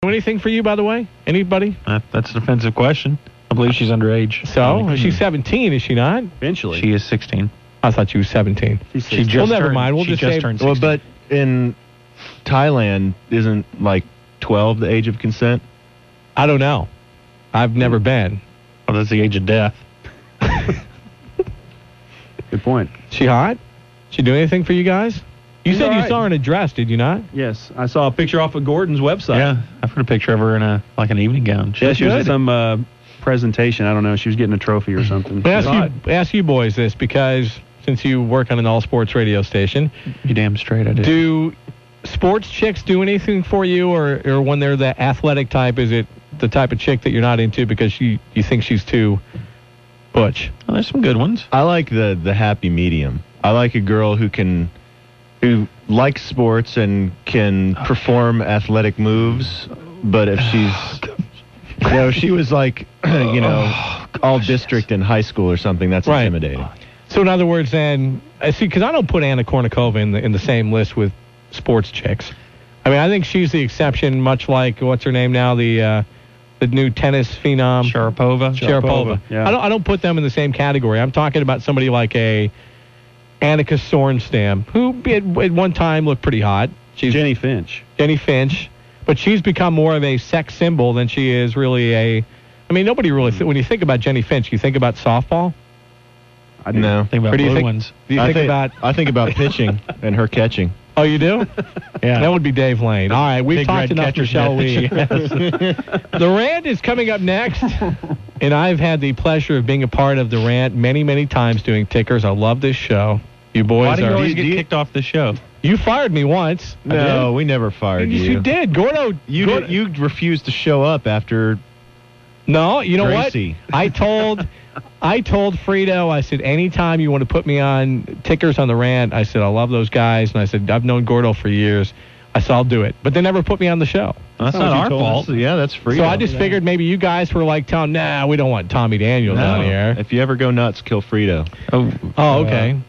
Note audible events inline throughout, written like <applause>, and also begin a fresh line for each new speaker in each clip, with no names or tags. do anything for you, by the way? Anybody?
Uh, that's an offensive question. I believe she's underage.
So she's 17, is she not?
Eventually.
She is 16.
I thought she was 17.
She's
She
16.
just
Well, never
turned-
mind. We'll
she
just
just
say-
turned
Well,
16.
but in Thailand, isn't like 12 the age of consent?
I don't know. I've never been.
Well, that's the age of death.
Good point.
She hot? She do anything for you guys? You
She's
said you
alright.
saw her in a dress, did you not?
Yes, I saw a picture off of Gordon's website.
yeah, I've heard a picture of her in a like an evening gown.
Yeah, she was
Good.
at some uh, presentation. I don't know. She was getting a trophy or something.
Let me
Hot.
ask you, ask you boys this because since you work on an all sports radio station,
You damn straight I did.
do sports chicks do anything for you, or, or when they're the athletic type, is it the type of chick that you're not into because she, you think she's too butch?
Well, Oh, there's some good ones.
I like the the happy medium. I like a girl who can who likes sports and can perform athletic moves, but if
<sighs> Oh,
she's you know, if she was like <clears throat> you know, all district in high school or something, that's
Oh, Right.
intimidating.
So in other words, then I see because I don't put Anna Kournikova in the in the same list with sports chicks. I mean, I think she's the exception, much like what's her name now, the uh, the new tennis phenom
Sharapova.
Sharapova.
yeah.
I don't I don't put them in the same category. I'm talking about somebody like a Annika Sorenstam, who at, at one time looked pretty hot. She's
Jenny Finch.
Jenny Finch, but she's become more of a sex symbol than she is really a. I mean, nobody really. Th- when you think about Jenny Finch, you think about softball.
I do.
No.
Think about
Or do you
blue
think-
ones.
Do you
I
think, about?
I think about pitching
<laughs>
and her catching.
Oh, you <laughs> do?
Yeah.
That would be Dave Lane. All right, we've
Big
talked
red
enough,
catcher's
Michelle Lee.
<laughs>
<laughs>
<laughs>
the rant is coming up next, and I've had the pleasure of being a part of the rant many, many times doing tickers. I love this show. You
Why
boys
do you
are.
always
you,
get kicked off the <laughs> show?
fired me once.
No, we never fired
Yes,
you.
you did. Gordo,
You
Gordo-
did- you refused to show up after
No, you know
Gracie.
what? <laughs> I told I told Frito, I said, anytime you want to put me on tickers on the rant, I said, I love those guys. And I said, I've known Gordo for years. I said, I'll do it. But they never put me on the show.
That's not our fault.
Yeah, that's free.
So I just figured maybe you guys were like telling, nah, we don't want Tommy Daniels
No.
on here.
If you ever go nuts, kill Frito.
Oh,
Oh, okay.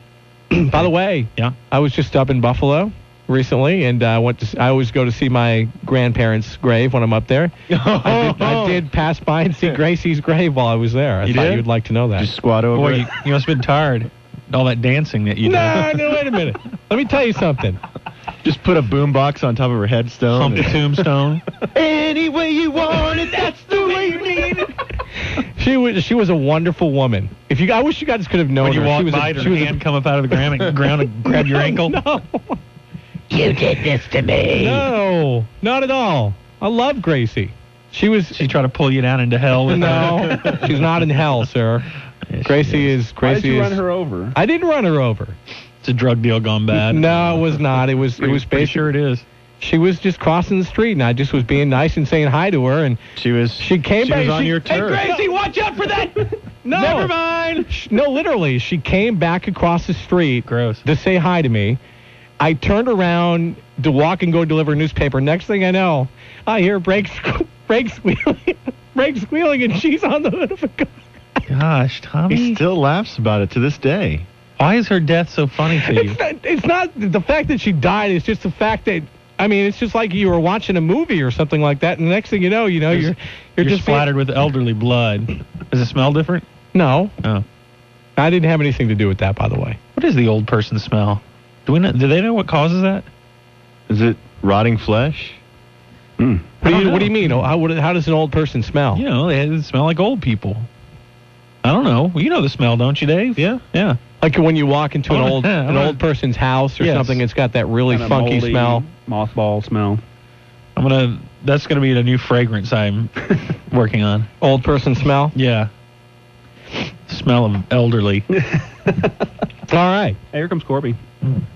<clears throat> By the way,
yeah.
I was just up in Buffalo recently, and I went to. I always go to see my grandparents' grave when I'm up there.
Oh,
I, did, I did pass by and see Gracie's grave while I was there. I
You
thought
did?
you'd like to know that.
Just squat over.
Boy,
it.
you, you must have been tired. All that dancing that you
No, no, wait a minute. Let me tell you something.
Just put a boombox on top of her
did.
headstone.
Humped a tombstone.
Any way you want it, that's the way you need it.
<laughs> She was she was a wonderful woman. If you, I wish you guys could have known
When you
her. she
walk
was
by,
a,
her
she was a-
hand come up out of the ground and,
<laughs>
ground and grab your ankle.
No. You did this to me. No, not at all. I love Gracie. She was
She tried to pull you down into hell with
no.
<laughs>
she's not in hell, sir.
her.
Gracie is
Why did
Gracie
you
is.
run her over?
I didn't run her over.
It's a drug deal gone bad.
No, it was not. It was it was
Pretty
basically
sure it is.
she was just crossing the street, and I just was being nice and saying hi to her, and
She was.
She came
She
back.
was on your turf.
Hey, Gracie, watch out for
<laughs>
that. No. Never <laughs> mind. No, literally, she came back across the street
Gross.
to say hi to me. I turned around to walk and go deliver a newspaper. Next thing I know, I hear brakes, <laughs> brakes squealing, <laughs> brakes squealing, and she's on the hood of a car.
Gosh,
He
Tommy.
still laughs about it to this day.
Why is her death so funny
<laughs>
to you?
It's not, it's not the fact that she died. It's just the fact that. I mean, it's just like you were watching a movie or something like that, and the next thing you know, you know, you're you're,
You're
just being-
splattered with elderly blood. Does it smell different?
no,
Oh.
I didn't have anything to do with that, by the way.
What is the old person smell? Do we know, do they know what causes that?
Is it rotting flesh?
What do,
I
you,
don't
what do you
know.
mean? Oh, How, would it- how does an old person smell?
You know, they smell like old people. I don't know. Well, you know the smell, don't you, Dave?
Yeah.
Yeah.
Like when you walk into an
Oh,
old
<laughs> yeah,
an
right.
old person's house or
Yes.
something, it's got that really
Kinda
funky
moldy,
smell.
Mothball smell.
I'm gonna. That's gonna be the new fragrance
<laughs>
I'm working on.
Old person smell.
Yeah. Smell of
<laughs>
elderly.
All right.
Hey, here comes Corby.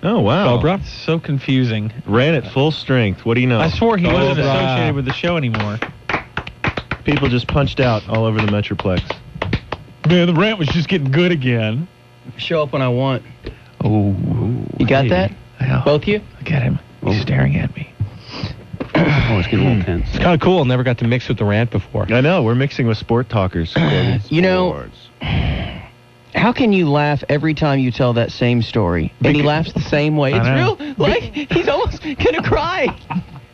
Oh wow.
Cobra.
so confusing.
Ran at full strength. What do you know? uh,
I swore he wasn't
Cobra.
associated with the show anymore.
People just punched out all over the metroplex.
Man, the rant was just getting good again.
Show up when I want.
Oh.
You got that?
Yeah.
Both you?
Look at him. He's staring at me.
Oh, it's getting a little tense.
Kind of cool. Never got to mix with the rant before.
I know. We're mixing with
<clears throat>
sport talkers. Corbin.
You know, how can you laugh every time you tell that same story? And he laughs the same way.
I
It's
know.
real. Like, he's almost going to cry.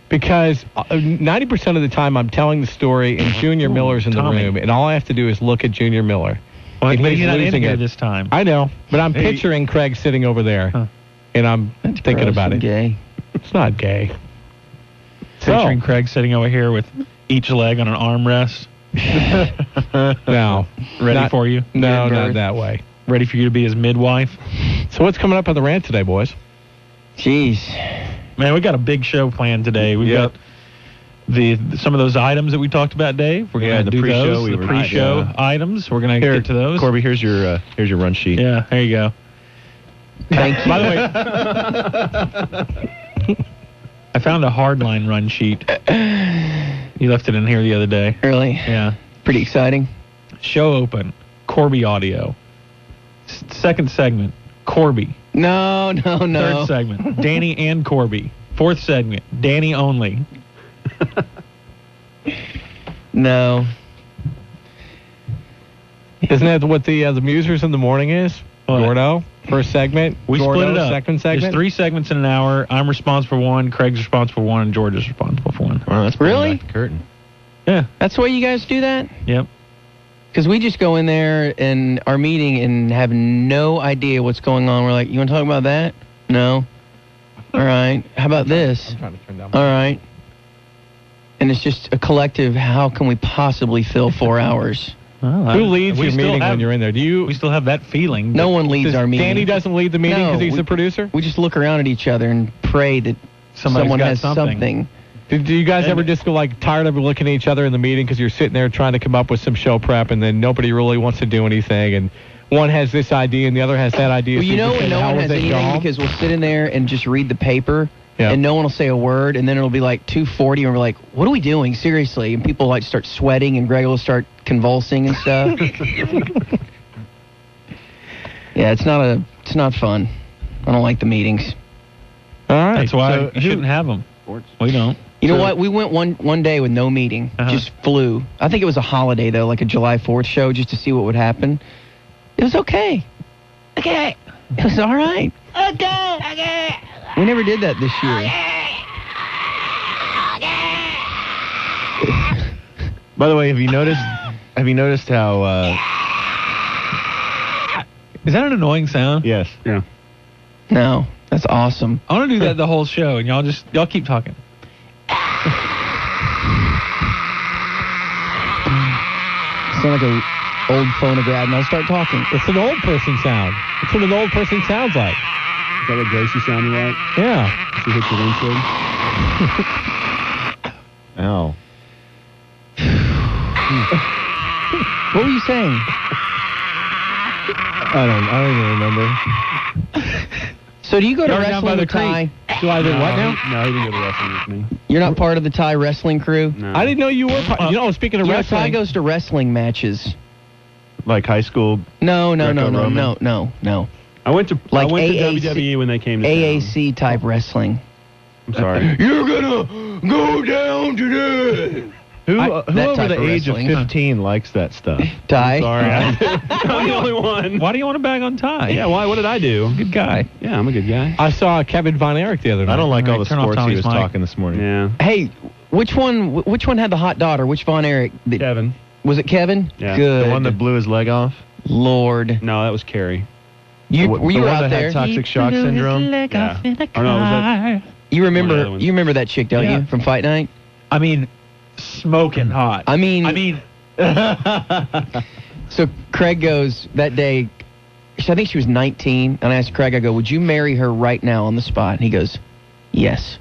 because uh, ninety percent of the time I'm telling the story and Junior Miller's in the
Tommy.
room, and all I have to do is look at Junior Miller.
Why
And
couldn't
he's
you not in
losing
here
it.
this time?
I know, but I'm
Hey.
picturing Craig sitting over there,
Huh.
and I'm thinking
Gross
about
and
it.
Gay.
It's not gay.
Picturing Craig sitting over here with each leg on an armrest,
<laughs> No,
ready
Not-
for you,
no, not
Birth.
that way.
ready for you to be his midwife.
So what's coming up on the rant today, boys?
Jeez.
Man, we got a big show planned today. We've
Yeah.
got the, some of those items that we talked about, Dave. We're
Yeah,
gonna
the
do
pre-show
those.
we
the
were-
pre-show
yeah.
items. We're gonna
Here,
get to those.
Corby, here's your uh, here's your run sheet.
Yeah, there you go.
Thank you.
By the way, I found a hardline run sheet. You left it in here the other day.
Really?
Yeah.
Pretty exciting.
Show open. Corby audio. S- second segment. Corby.
No, no, no.
Third segment. Danny and Corby. Fourth segment. Danny only.
No.
Isn't that what the uh, the Musers in the morning is?
What?
Gordo, first segment.
We
Gordo,
split it up.
Second segment.
There's three segments in an hour. I'm responsible for one. Craig's responsible for one. And George is responsible for one.
Wow, that's pulling
Really?
back the curtain.
Yeah.
That's the way you guys do that?
Yep.
Because we just go in there and our meeting and have no idea what's going on. We're like, you want to talk about that? No. All right. How about this?
I'm trying to turn down.
All
My-
right. And it's just a collective. How can we possibly fill
<laughs>
four hours?
Well, I-
Who leads
we
your
still
meeting
have-
when you're in there? Do you?
We still have that feeling.
No
that
one leads
does
our meeting.
Danny doesn't lead the meeting
No,
because he's
we-
the producer.
We just look around at each other and pray that
Somebody's
someone
got
has
something.
something.
Do, do you guys
And-
ever just go like tired of looking at each other in the meeting because you're sitting there trying to come up with some show prep and then nobody really wants to do anything and one has this idea and the other has that idea.
Well,
so
you know
just
when
say,
no
"How
one
was
has
it,
anything
y'all?"
because we'll sit in there and just read the paper,
Yeah.
and no one will say a word, and then it'll be like 2:40, and we're like, "What are we doing? Seriously?" And people like start sweating, and Greg will start convulsing and
<laughs>
stuff. yeah, it's not a, it's not fun. I don't like the meetings.
All right.
That's why
so
you
who-
shouldn't have them. We don't.
You know what? We went one one day with no meeting.
Uh-huh.
Just flew. I think it was a holiday though, like a July 4th show, just to see what would happen. It was okay. Okay. It was all right.
Okay. Okay.
We never did that this year.
By the way, have you noticed? Have you noticed how? Uh,
Is that an annoying sound?
yes.
Yeah.
No, that's awesome.
I want to do that the whole show, and y'all just y'all keep talking.
Sound like a old phonograph, and I'll start talking.
It's an old person sound. It's what an old person sounds like.
Is that what Gracie sounded like?
Yeah.
She hit the windshield.
<laughs>
Ow.
What were you
<laughs>
saying?
I don't. I don't even remember.
So do you go to
You're down by
wrestling
the
with Ty?
Do I do what now?
No, he didn't go to wrestling with me.
You're not part of the Thai wrestling crew.
No.
I didn't know you were. Part- you know, speaking of
You know, Ty
wrestling,
goes to wrestling matches.
Like high school.
No, no, no, no,
Greco-Roman.
no, no, no.
I went to
Like
I went
AAC
to WWE when they came to town.
AAC type wrestling.
I'm sorry.
You're <laughs> gonna go down today.
Who, uh,
I-
who
that
over
type
the
of
age of
wrestling.
15 likes that stuff?
<laughs>
Ty.
Sorry.
<laughs>
I-
I'm the only one.
Why do you want to bag on Ty?
Yeah. Why? What did I do?
good guy.
Yeah, I'm a good guy.
I saw Kevin Von Erich the other night.
I don't like
All
all the
right, turn off
sports he
Tommy's
was
mic.
talking this morning.
Yeah.
Hey, which one? wh- Which one had the hot daughter? Which Von Erich? The-
Kevin.
Was it Kevin?
Yeah.
Good.
<laughs> The one that blew his leg off.
Lord,
No, that was Carrie.
you
The one-
were
the
you
one
out
that had
there?
toxic shock syndrome.
Yeah. Or no, was
you
One of the
remember?
other ones.
You remember that chick, don't
Yeah.
you, from Fight Night?
I mean, smoking hot.
I mean-
I mean,
<laughs> So Craig goes that day. she- I think she was 19, and I asked Craig. I go, "Would you marry her right now on the spot?" And he goes, "Yes."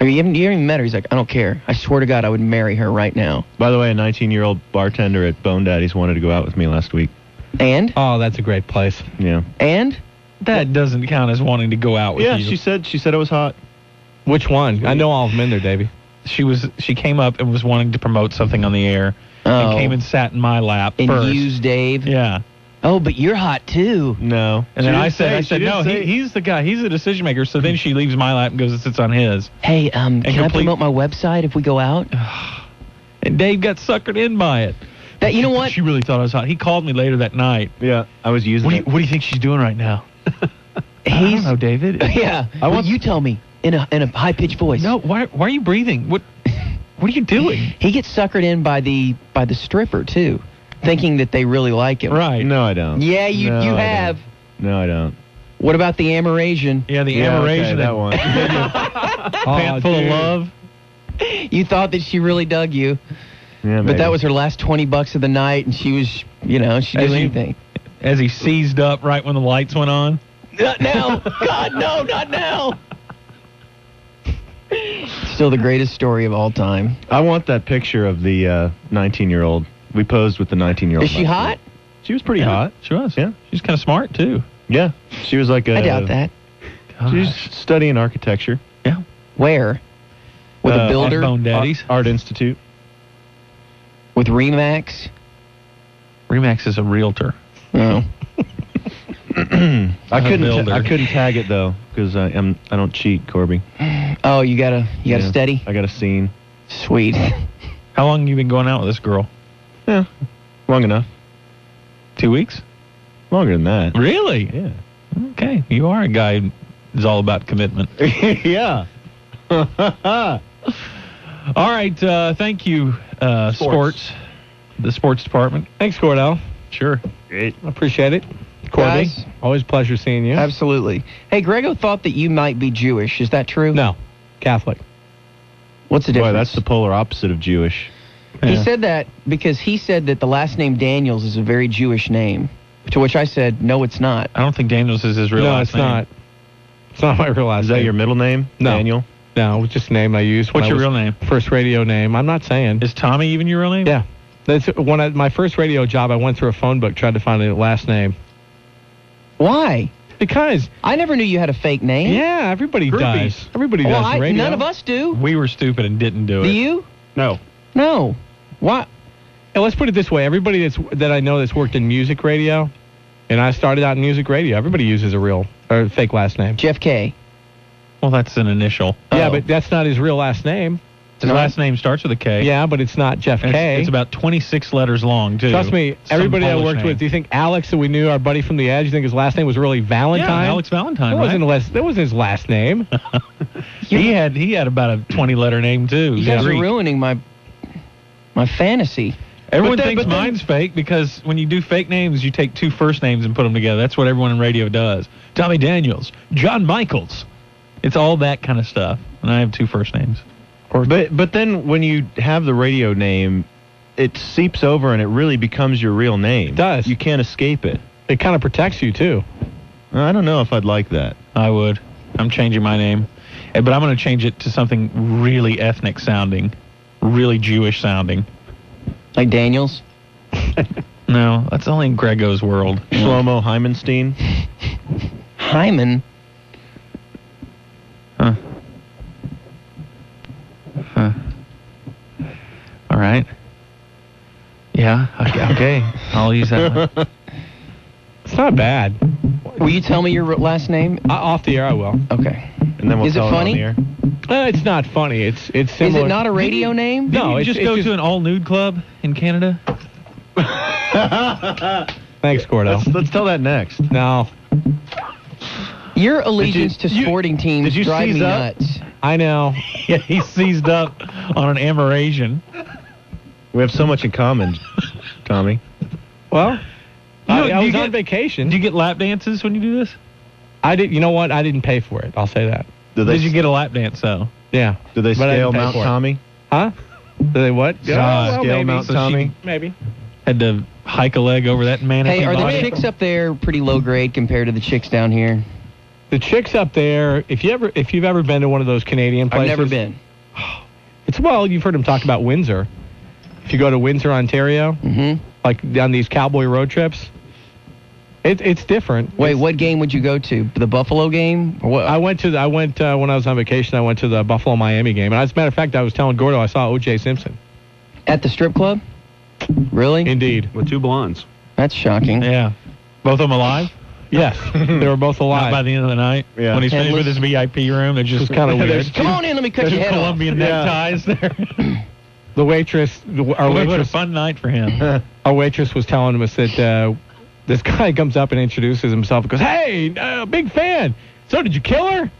I go, you haven't, you haven't even met her. He's like, "I don't care. I swear to God, I would marry her right now."
By the way, a 19-year-old bartender at Bone Daddy's wanted to go out with me last week.
And
Oh, that's a great place.
Yeah.
and
that doesn't count as wanting to go out with
Yeah.
you.
She said. She said it was hot.
Which one? I know all of them in there, Davey.
she was she came up and was wanting to promote something on the air
Oh.
and came and sat in my lap
and
first.
use Dave.
yeah.
Oh, but you're hot too.
No.
And
She
then I
didn't
said,
say-
I
she
said,
didn't
no,
say-
he, he's the guy. He's the decision maker. So then she leaves my lap and goes and sits on his.
Hey, um, can I
complete-
promote my website if we go <sighs> out? <laughs>
And Dave got suckered in by it.
That you know what?
She really thought I was hot. He called me later that night.
Yeah. I was using
What do you,
<laughs>
it.
what do you think she's doing right now? I don't know, David.
Yeah. I
want-
you tell me. in a in a high pitched voice.
No, why, why are you breathing? What what are you doing?
<laughs> He gets suckered in by the by the stripper too, thinking that they really like him.
Right.
No, I don't.
Yeah, you
No,
you
I
have.
don't. No, I don't.
What about the Amerasian?
Yeah, the
Yeah, okay,
aberration.
<laughs>
<laughs>
<laughs>
that one.
Pant
full of love.
Oh, You thought that she really dug you,
Yeah,
but that was her last twenty bucks of the night, and she was, you know, she
As
did
you-
anything.
As he seized up right when the lights went on.
Not now, God, no, not now. Still the greatest story of all time.
I want that picture of the 19 year old. We posed with the 19 year old.
Is she <laughs> hot?
She was pretty hot.
She was.
Yeah.
She's kind of smart too.
Yeah. She was like a.
I doubt that.
She's studying architecture.
Where? With
Uh,
a builder,
Bone Daddies.
Art Institute.
with Remax.
Remax is a realtor.
Oh.
<clears throat> I
a
couldn't.
builder.
I I couldn't tag it though because I am. I don't cheat, Corby.
Oh, you gotta, you gotta
Yeah.
steady.
I got a scene.
Sweet.
How long you been going out with this girl?
Yeah. Uh, Long enough.
Two weeks.
Longer than that.
Really?
Yeah.
Okay. You are a guy who's all about commitment.
<laughs>
<laughs>
yeah.
All right. Uh, thank you, uh, sports. the sports department.
Thanks, Cordell.
Sure.
I appreciate it. Corby,
Guys.
always a pleasure seeing you.
Absolutely. Hey, Grego thought that you might be Jewish. Is that true?
No, Catholic.
What's the difference?
Boy, that's the polar opposite of Jewish.
He
Yeah.
said that because he said that the last name Daniels is a very Jewish name. To which I said, no, it's not.
I don't think Daniels is his real
no,
last
it's
name.
not. It's not my real last
Is that
name.
your middle name?
No.
Daniel.
No, it was just a name I used. when
What's
I
your
was-
real name?
First radio name. I'm not saying.
Is Tommy even your real name?
Yeah. That's when I, my first radio job. I went through a phone book, tried to find a last name
Why?
because
I never knew you had a fake name.
yeah, everybody
Groupies.
does. Everybody
Well,
does
I,
radio.
none of us do.
We were stupid and didn't do it.
Do you?
No.
No. Why?
And let's put it this way: everybody that's that I know that's worked in music radio, and I started out in music radio. Everybody uses a real or fake last name.
Jeff K.
Well, that's an initial.
Yeah,
Oh.
but that's not his real last name.
His
No.
last name starts with a K.
Yeah, but it's not Jeff
And
K.
It's, it's about 26 letters long, too.
Trust me,
Some
everybody I
Polish
worked
name.
with. Do you think Alex that we knew, our buddy from the Edge, you think his last name was really
yeah,
Valentine?
Alex Valentine,
That
right?
wasn't, his- that wasn't his last name.
<laughs> he had he had about a 20 letter name too.
You guys are
Greek.
ruining my my fantasy.
Everyone
But then-
thinks
but then-
mine's fake because when you do fake names, you take two first names and put them together. That's what everyone in radio does. Tommy Daniels, John Michaels. It's all that kind of stuff. And I have two first names.
But but then when you have the radio name, it seeps over and it really becomes your real name. It
does.
You can't escape it. Uh,
It kind of protects you too.
I don't know if I'd like that.
I would. I'm changing my name, Eh, but I'm going to change it to something really ethnic sounding, really Jewish sounding.
Like Daniels.
<laughs> No, that's only in Grego's world.
<laughs> Shlomo Hymenstein.
Hyman.
All right. Yeah. Okay. okay. I'll use that. One.
<laughs> It's not bad.
Will you tell me your r- last name?
I, off the air, I will.
Okay.
And then we'll
Is it
tell
funny?
It on the air.
Uh, it's not funny. It's it's
Is
similar.
it not a radio name?
No,
you
it's-
just
it's
go
just-
to an all nude club in Canada.
Thanks, Cordo.
Let's, let's tell that next.
No,
Your allegiance
Did you-
to
you-
sporting teams
did you
drive
seize
me
up?
nuts.
I
<laughs>
know.
<laughs> yeah, he seized up on an Amerasian.
We have so much
<laughs>
in common, Tommy.
Well, I,
You-
I
you
was
get-
on vacation.
Do you get lap dances when you do this?
I did. You know what? I didn't pay for it. I'll say that.
Do
Did you get a lap dance though?
Yeah.
do they
but I
scale
didn't pay
Mount
for it.
Tommy?
Huh? Do they what?
Yeah, scale Mount
So she
Tommy.
Maybe.
had to hike a leg over that man.
Hey, are the
body.
chicks up there pretty low grade compared to the chicks down here?
The chicks up there. If you ever, if you've ever been to one of those Canadian places,
I've never been.
<sighs> It's well, you've heard him talk about Windsor. If you go to Windsor, Ontario,
hmm
like on these cowboy road trips, it, it's different.
Wait, what game would you go to? The Buffalo game? Or what?
I went to the, I went uh, when I was on vacation. I went to the Buffalo Miami game, and as a matter of fact, I was telling Gordo I saw O.J. Simpson.
At the strip club? Really?
Indeed,
With two blondes.
That's shocking.
Yeah, both
<laughs>
of them alive.
yes, they were both
Not by
alive.
the end of the night.
Yeah.
When he's finished with his VIP room, <laughs> they're just
It's kinda
there's
weird.
Come on in, let me cut your
Two
head off.
Colombian neckties <laughs> there.
The waitress, the- our
what a
waitress,
fun night for him.
<laughs> our waitress was telling us that uh, this guy comes up and introduces himself and goes, "Hey, uh, big fan. So did you kill her?"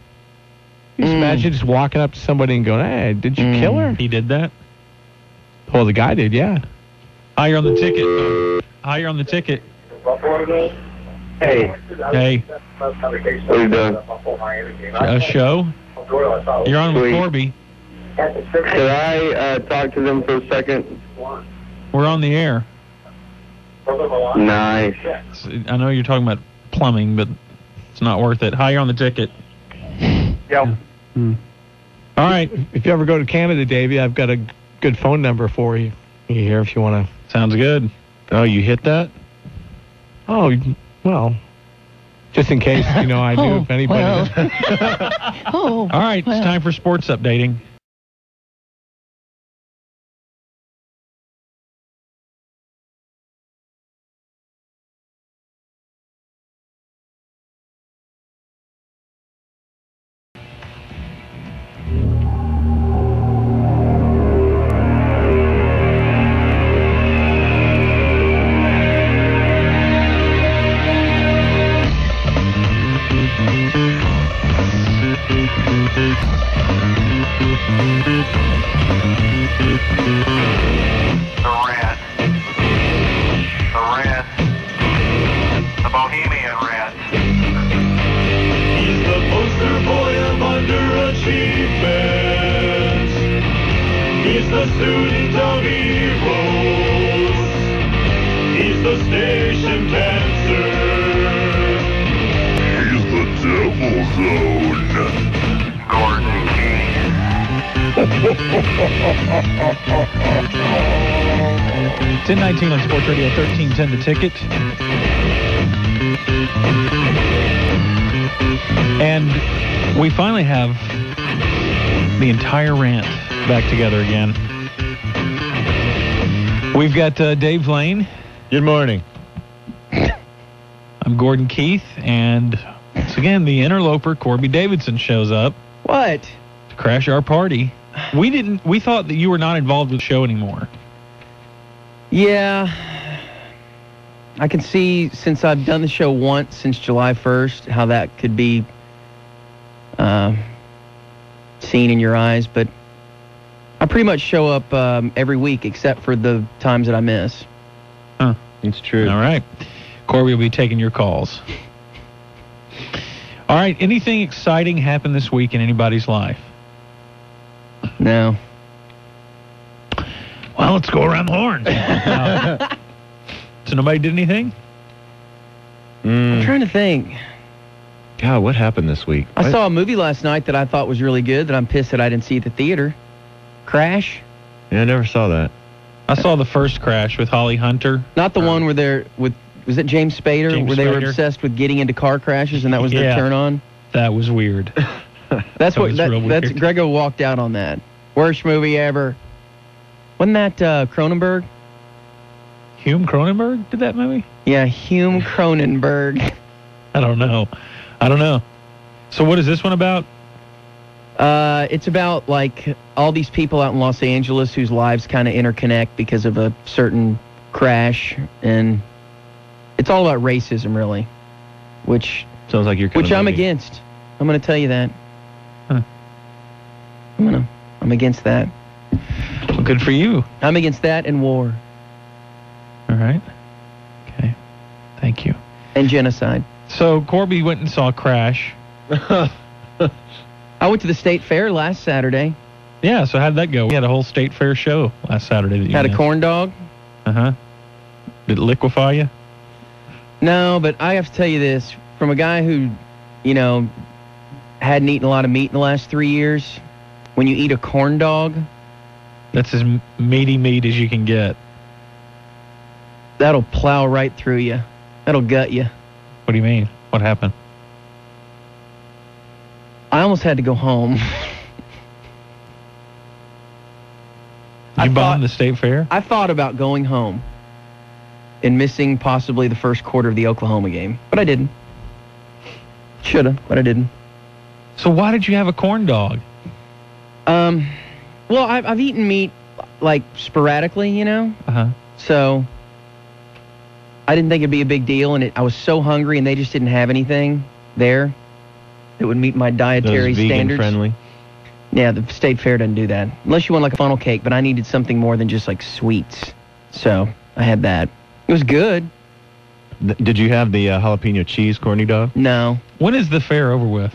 Just imagine just walking up to somebody and going, "Hey, did you kill her?"
Mm. He did that.
Well, the guy did, yeah.
Higher on the ticket. Higher on the ticket.
Hey,
Hey,
what are you doing?
a show. You're on with
Sweet.
Corby.
Could I uh, talk to them for a second?
We're on the air.
Nice.
It's- I know you're talking about plumbing, but it's not worth it. Higher on the ticket.
Yeah.
Hmm.
All right.
If you ever go to Canada, Davey, I've got a g- good phone number for you. You here if you want to.
Sounds good.
Oh, you hit that?
Oh, you- well, just in case you know I knew
<laughs>
if anybody.
Oh.
All right. It's time for sports updating.
the red, the red, the bohemian red. He's the poster boy of underachievement. He's the student of heroes. He's the station cancer. He's the devil zone. Gordon King.
Ten nineteen on Sports Radio thirteen ten. The ticket. And we finally have the entire rant back together again. We've got uh, Dave Lane.
Good morning.
I'm Gordon Keith, and once again, the interloper Corby Davidson shows up
What?
to crash our party. We didn't. We thought that you were not involved with the show anymore.
Yeah. I can see since I've done the show once since July 1st how that could be uh, seen in your eyes, but I pretty much show up um, every week except for the times that I miss. <laughs>
It's true.
All right. Corby will be taking your calls. All right. Anything exciting happened this week in anybody's life?
No.
Well, let's go around the
<laughs>
horn. Uh, so nobody did anything?
I'm
Mm.
trying to think.
God, what happened this week?
I saw a movie last night that I thought was really good that I'm pissed that I didn't see at the theater. Crash.
Yeah, I never saw that.
I saw the first crash with Holly Hunter.
Not the one where they're with was it James Spader
James
where they were
Spader.
obsessed with getting into car crashes and that was
Yeah.
their turn on?
That was
<laughs>
weird.
That's
That
what
was
that,
real weird.
that's Grego walked out on that. Worst movie ever. Wasn't that uh, Cronenberg?
Hume Cronenberg did that movie?
Yeah, Hume Cronenberg.
<laughs> I don't know. I don't know. So what is this one about?
Uh, it's about like all these people out in Los Angeles whose lives kind of interconnect because of a certain crash, and it's all about racism, really, which
Sounds like you're.
which I'm against. I'm gonna tell you that.
Huh.
I'm gonna I'm against that.
Well, good for you.
I'm against that and war
All right. Okay. Thank you.
and genocide.
So Corby went and saw
<laughs>
Crash.
I went to the state fair last Saturday.
Yeah, so how'd that go? We had a whole state fair show last Saturday. That you
Had a corn dog.
Uh huh. Did it liquefy you?
No, but I have to tell you this from a guy who, you know, hadn't eaten a lot of meat in the last three years. When you eat a corn dog,
That's as m- meaty meat as you can get.
that'll plow right through you. That'll gut you.
What do you mean? What happened?
I almost had to go home. <laughs>
You
I
bombed
thought-
the state fair?
I thought about going home and missing possibly the first quarter of the Oklahoma game, but I didn't. Shoulda, but I didn't.
So why did you have a corn dog?
Um, well, I've, I've eaten meat like sporadically, you know,
Uh huh.
So I didn't think it'd be a big deal, and it, I was so hungry, and they just didn't have anything there. that would meet my dietary
Those vegan
standards.
friendly.
Yeah, the state fair doesn't do that. Unless you want like a funnel cake, but I needed something more than just like sweets. So I had that. It was good.
Th- Did you have the uh, jalapeno cheese corny dog?
No.
When is the fair over with?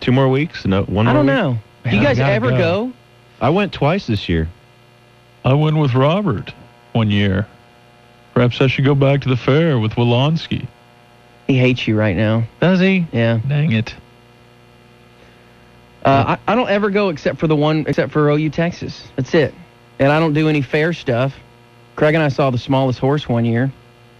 Two more weeks? No, one.
I
more
don't
week?
know. Do
Man,
you
I
guys
gotta
ever
go.
go?
I went twice this year.
I went with Robert one year. Perhaps I should go back to the fair with Wolonsky.
He hates you right now.
Does he?
Yeah.
Dang it.
Uh, I, I don't ever go except for the one, except for OU Texas. That's it. And I don't do any fair stuff. Craig and I saw the smallest horse one year.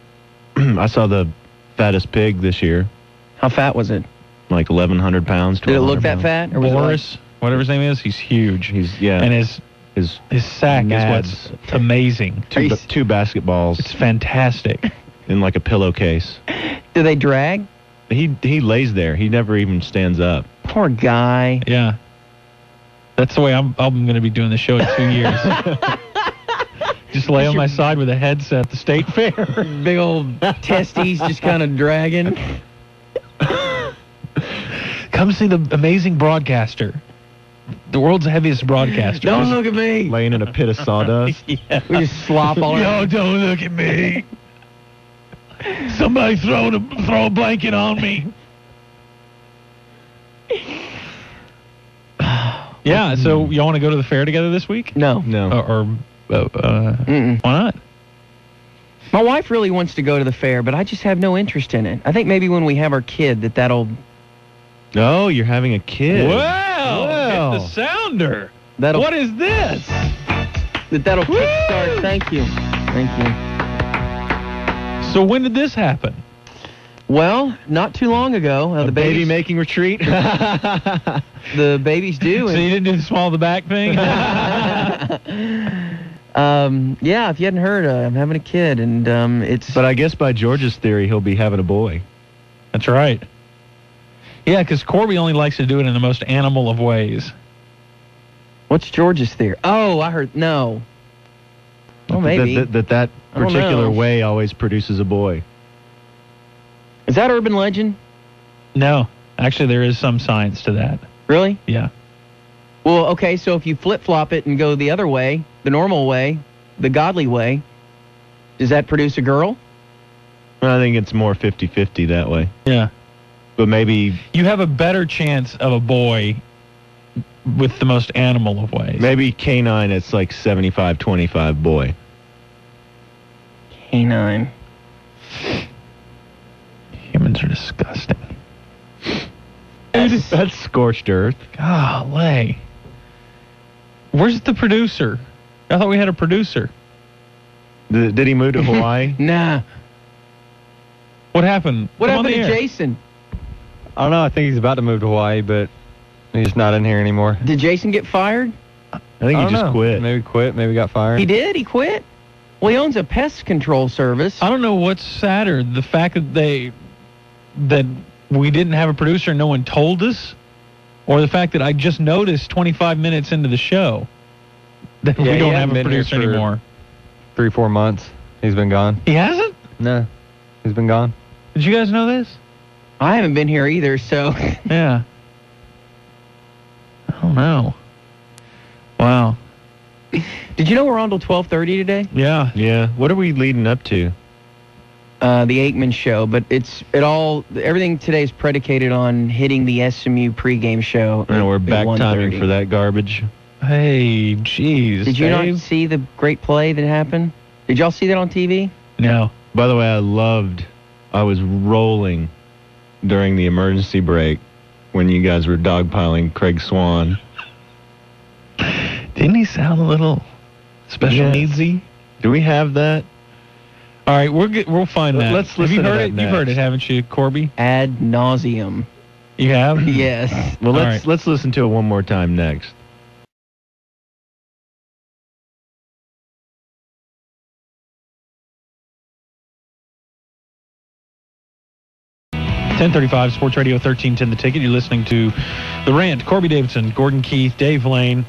<clears throat> I saw the fattest pig this year,
How fat was it?
like 1,100 pounds.
Did it look
1,200
that
pounds.
fat? Or was
Boris, whatever his name is, he's huge.
He's yeah.
and his
his
his sack is what's amazing.
two, ba- two basketballs
It's fantastic.
<laughs> in like a pillowcase.
it like, do they drag?
He he lays there. He never even stands up.
Poor guy.
Yeah. That's the way I'm, I'm going to be doing the show in two
<laughs>
years. Just lay on my side with a headset at the state <laughs> fair.
Big old testes just kind of dragging.
Come see the amazing broadcaster. The world's heaviest broadcaster.
Don't look at me.
Laying in
<laughs>
a pit of
<laughs>
sawdust.
We just slop all around.
No, don't look at
<laughs>
me. Somebody throw a, throw a blanket on me. yeah, so y'all want to go to the fair together this week?
No.
Mm-hmm. No.
Or, or uh, uh,
Mm-mm.
why not?
My wife really wants to go to the fair, but I just have no interest in it. I think maybe when we have our kid that that'll
Oh,
No, you're having a kid.
Wow! Hit the sounder.
that'll
What is this?
that that'll kickstart. Thank you. Thank you.
So when did this happen?
Well, not too long ago, uh, the
Baby
babies,
making
<laughs>
retreat.
the
<laughs>
babies do.
So
And,
you didn't do the small of the back thing?
<laughs> um, yeah, if you hadn't heard, uh, I'm having a kid, and um, it's
but I guess by George's theory, he'll be having a boy.
That's right. Yeah, because Corby only likes to do it in the most animal of ways.
what's George's theory? Oh, I heard no. Well,
That-
maybe
That that, that
I don't
particular
know.
way always produces a boy.
is that urban legend?
No, actually, there is some science to that.
Really?
Yeah.
Well, okay. So if you flip flop it and go the other way, the normal way, the godly way, does that produce a girl?
I think it's more 50-50 that way.
Yeah.
But maybe
You have a better chance of a boy with the most animal of ways.
maybe canine it's like 75-25 boy.
Canine.
Humans are disgusting.
That's scorched earth.
Golly. Where's the producer? I thought we had a producer.
Th- Did he
<laughs>
move to Hawaii?
Nah.
What happened?
What
Come on
happened
the
to
air.
Jason?
I don't know. I think he's about to move to Hawaii, but he's not in here anymore.
Did Jason get fired?
I think
I
he
don't
just
know.
quit.
Maybe quit. Maybe got fired.
He did. He quit. Well, he owns a pest control service.
I don't know what's sadder, the fact that they that we didn't have a producer and no one told us or the fact that I just noticed 25 minutes into the show that
<laughs> Yeah,
we
he
don't
hasn't
have a
been here
producer
for-
anymore.
Three, four months. He's been gone.
He hasn't?
No, he's been gone.
Did you guys know this?
I haven't been here either, so
<laughs> Yeah. I don't know. Wow.
did you know we're on till twelve thirty today?
Yeah.
Yeah. What are we leading up to?
Uh, the Aikman show, but it's it all everything today is predicated on hitting the SMU pregame show.
I know, we're
at
back timing
1:30.
for that garbage.
Hey, jeez.
Did you
Dave.
not see the great play that happened? Did y'all see that on TV?
No.
By the way, I loved. I was rolling during the emergency break when you guys were dogpiling Craig Swan.
Didn't he sound a little special needsy?
Do we have that?
All right, we're good. we'll <laughs> find
Let-
that.
let's
have you
listen to
heard
that
it? You've heard it,
next.
haven't you, Corby?
Ad
<laughs>
nauseum.
You have.
Yes.
Well,
All
let's
right.
let's listen to it one more time next.
Ten thirty-five, Sports Radio thirteen ten. The ticket. You're listening to the rant. Corby Davidson, Gordon Keith, Dave Lane.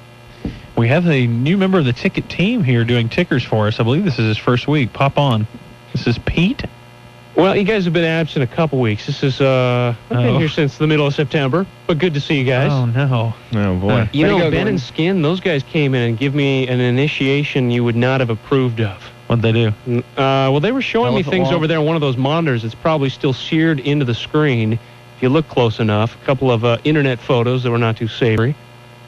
We have a new member of the ticket team here doing tickers for us. I believe this is his first week. Pop on. This is Pete.
Well, you guys have been absent a couple weeks. This is uh, I've been
Oh.
here since the middle of September, but good to see you guys.
Oh no.
Oh
Uh, you
Way
know,
to
Ben
go, Gordon.
and Skin, those guys came in and give me an initiation you would not have approved of.
What'd they do?
N- Uh, well, they were showing me
Elephant
things
wall.
over there on one of those monitors that's probably still seared into the screen. If you look close enough, a couple of uh, internet photos that were not too savory.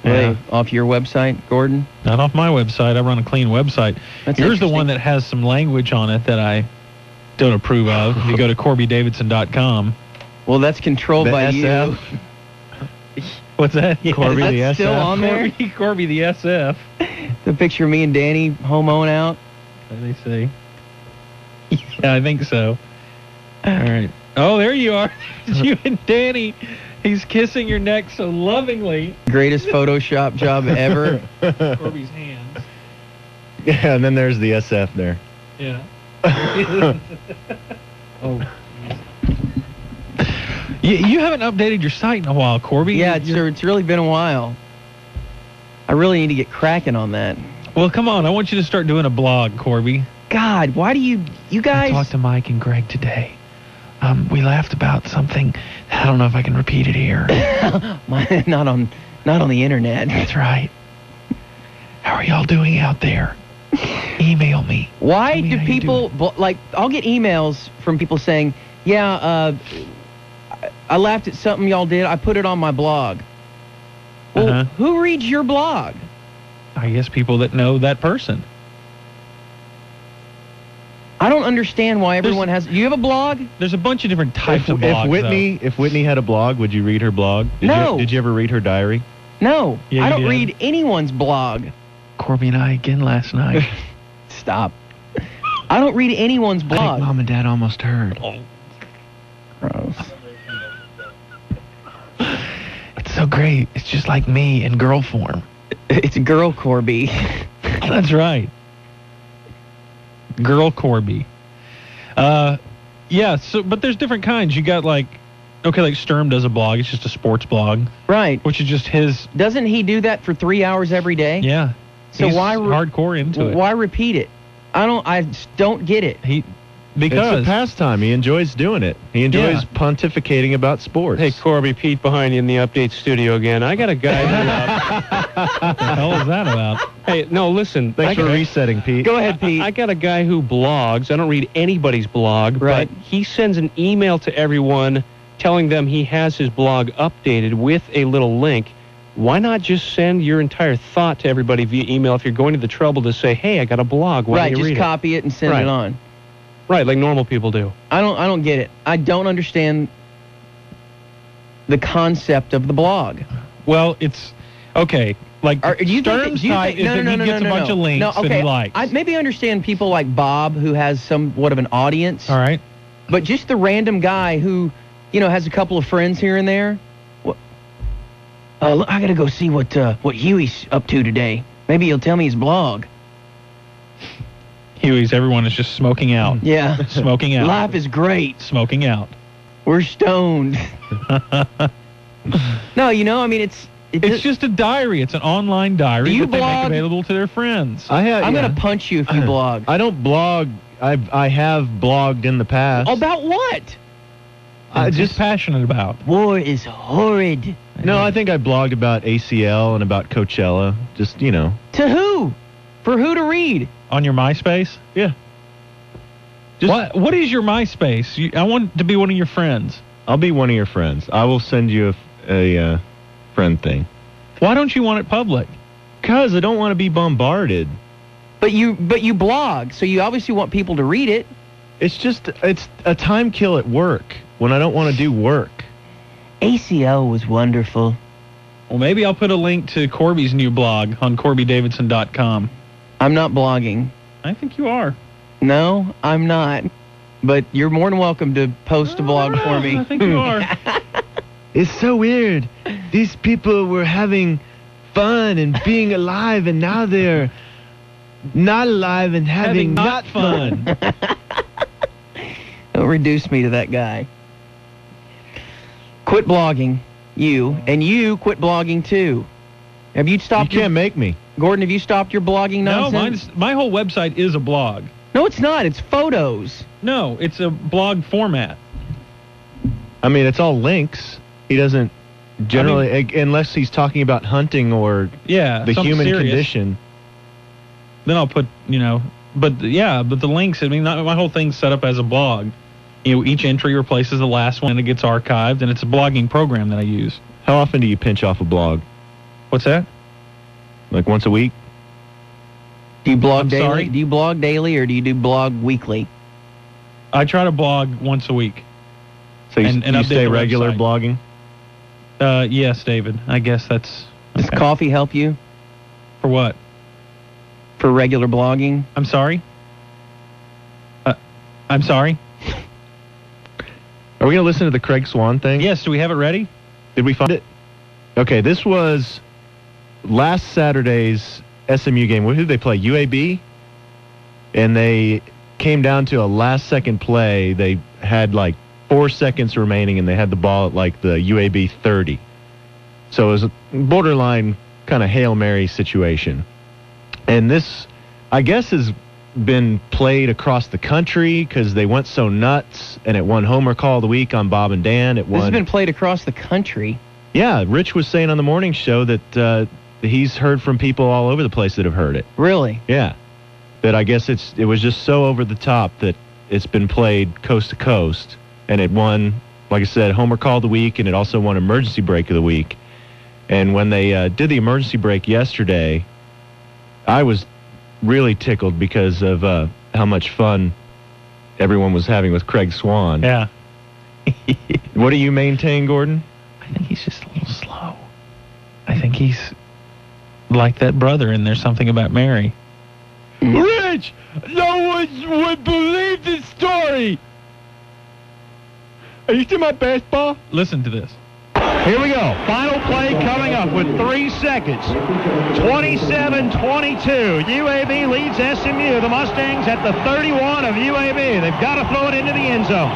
Hey, off your website, Gordon?
Not off my website. I run a clean website.
That's
Yours the one that has some language on it that I don't approve of. If you go to CorbyDavidson.com.
Well, that's controlled
The
by
SF.
you.
<laughs> What's that?
Corby the That's still SF? on there?
Corby, <laughs> Corby the SF.
<laughs> The picture of me and Danny homoing out.
Let me see. Yeah, I think so. All right. Oh, there you are. <laughs> It's you and Danny. He's kissing your neck so lovingly.
Greatest Photoshop job
<laughs>
ever.
Corby's hands.
<laughs> Yeah, and then there's the SF
<laughs>
there.
Yeah.
<laughs> oh.
You, you haven't updated your site in a while, Corby.
Yeah, it's, it's really been a while. I really need to get cracking on that.
Well, come on. I want you to start doing a blog, Corby.
God, why do you, you
I
guys?
talked to Mike and Greg today. Um, we laughed about something. I don't know if I can repeat it here.
<laughs> My, not on, not on the internet.
That's right. How are y'all doing out there? Email me.
Why
Tell me
do
how you
people bl- like? I'll get emails from people saying, "Yeah, uh, I- I laughed at something y'all did. I put it on my blog." Well,
Uh-huh.
who reads your blog?
I guess people that know that person.
I don't understand why everyone has. You have a blog?
There's a bunch of different types
If,
of
if
blogs.
Whitney, if Whitney had a blog, would you read her blog? Did
No.
You, did you ever read her diary?
No,
Yeah,
I
you
don't
did.
read anyone's blog.
though. Corby and I again last night.
<laughs> Stop. I don't read anyone's
I think
blog.
mom and dad almost heard.
Gross.
It's so great. It's just like me in girl form.
<laughs> It's girl Corby.
<laughs> That's right. Girl Corby. Uh, yeah. So, but there's different kinds. You got like, okay, like Sturm does a blog. It's just a sports blog,
right.
which is just his.
Doesn't he do that for three hours every day?
Yeah.
So
He's
why re-
hardcore into it?
Why repeat it? I don't. I just don't get it.
He
it's
because
a pastime. He enjoys doing it. He enjoys
Yeah.
pontificating about sports.
Hey, Corby, Pete behind you in the update studio again. I got a
<laughs>
guy.
what the hell is that about?
hey, no, listen. I
thanks for
got-
resetting, Pete.
Go ahead, Pete. I, I got a guy who blogs. I don't read anybody's blog,
Right.
but he sends an email to everyone telling them he has his blog updated with a little link. Why not just send your entire thought to everybody via email if you're going to the trouble to say, "Hey, I got a blog. Why
right.
don't you
Just
read
copy it and send
Right.
it on.
it?" Right, like normal people do.
I don't. I don't get it. I don't understand the concept of the blog.
Well, it's okay. Like
Are, do you
Sturm's
think, do you
type
think, no,
is
no,
that
no,
he
no,
gets
no,
a bunch
no.
of links
no, okay.
that he likes.
I maybe understand people like Bob who has somewhat of an audience.
All right.
But just the random guy who, you know, has a couple of friends here and there. What? Uh, look, I gotta go see what uh, what Huey's up to today. Maybe he'll tell me his
<laughs>
blog.
Huey's everyone is just smoking out,
Yeah.
smoking out,
Life is great.
smoking out.
We're
<laughs>
stoned. no, you know, I mean, it's. It
It's
just,
just a diary. It's an online diary
Do you
that they make
blog?
available to their friends.
I have.
I'm
yeah.
gonna punch you if you blog.
I don't blog. I I have blogged in the past.
About what?
I just
passionate about.
War is horrid.
no. I think I blogged about ACL and about Coachella. Just you know,
To who? For who to read?
On your MySpace?
yeah. Just
what What is your MySpace? You, I want to be one of your friends.
I'll be one of your friends. I will send you a, a uh, friend thing.
Why don't you want it public?
Cause I don't want to be bombarded.
But you, but you blog, so you obviously want people to read it.
It's just it's a time kill at work when I don't want to do work.
ACL was wonderful.
Well, maybe I'll put a link to Corby's new blog on CorbyDavidson.com.
I'm not blogging.
I think you are.
No, I'm not. But you're more than welcome to post a blog for
Oh, I
me.
think you are.
It's so weird. These people were having fun and being alive, and now they're not alive and
Having not fun.
<laughs>
<laughs>
Don't reduce me to that guy. Quit blogging, you, and you quit blogging too. Have you
You
stopped?
can't
Your,
make me.
Gordon, have you stopped your blogging
no,
nonsense?
mine's, my whole website is a blog.
No, it's not. It's photos.
No, it's a blog format.
I mean, it's all links. He doesn't generally, ag- unless he's talking about hunting or
Yeah,
the
something
human
serious.
condition.
Then I'll put, you know, but yeah, but the links. I mean, not, my whole thing's set up as a blog. You know, each entry replaces the last one, and it gets archived, and it's a blogging program that I use.
How often do you pinch off a blog?
What's that?
Like once a week?
Do you blog
I'm
daily?
sorry?
Do you blog daily or do you do blog weekly?
I try to blog once a week.
So you,
And- and
you
update
stay
the
regular
website.
blogging?
Uh, yes, David. I guess that's
Does coffee help you
for what?
for regular blogging?
I'm sorry. Uh, I'm sorry.
Are we going to listen to the Craig Swan thing?
Yes, do we have it ready?
Did we find it? Okay, this was last Saturday's SMU game. Who did they play? UAB? And they came down to a last second play. They had like four seconds remaining and they had the ball at like the UAB 30. So it was a borderline kind of Hail Mary situation. And this, I guess, has been played across the country because they went so nuts and it won Homer Call of the Week on Bob and Dan. It
This
won.
has been played across the country.
Yeah, Rich was saying on the morning show that uh, he's heard from people all over the place that have heard it.
Really?
Yeah, that I guess it's it was just so over the top that it's been played coast to coast, and it won. Like I said, Homer Call of the Week, and it also won Emergency Break of the Week. And when they uh, did the emergency break yesterday, I was really tickled because of uh, how much fun everyone was having with Craig Swan.
<laughs>
Yeah.
what do you maintain, Gordon?
I think he's just a little slow. I think he's like that brother, and there's something about Mary.
Mm-hmm. Rich, no one would believe this story. Are you still my baseball?
Listen to this.
Here we go. Final play coming up with three seconds. 27 22. UAB leads SMU. The Mustangs at the 31 of UAB. They've got to throw it into the end zone.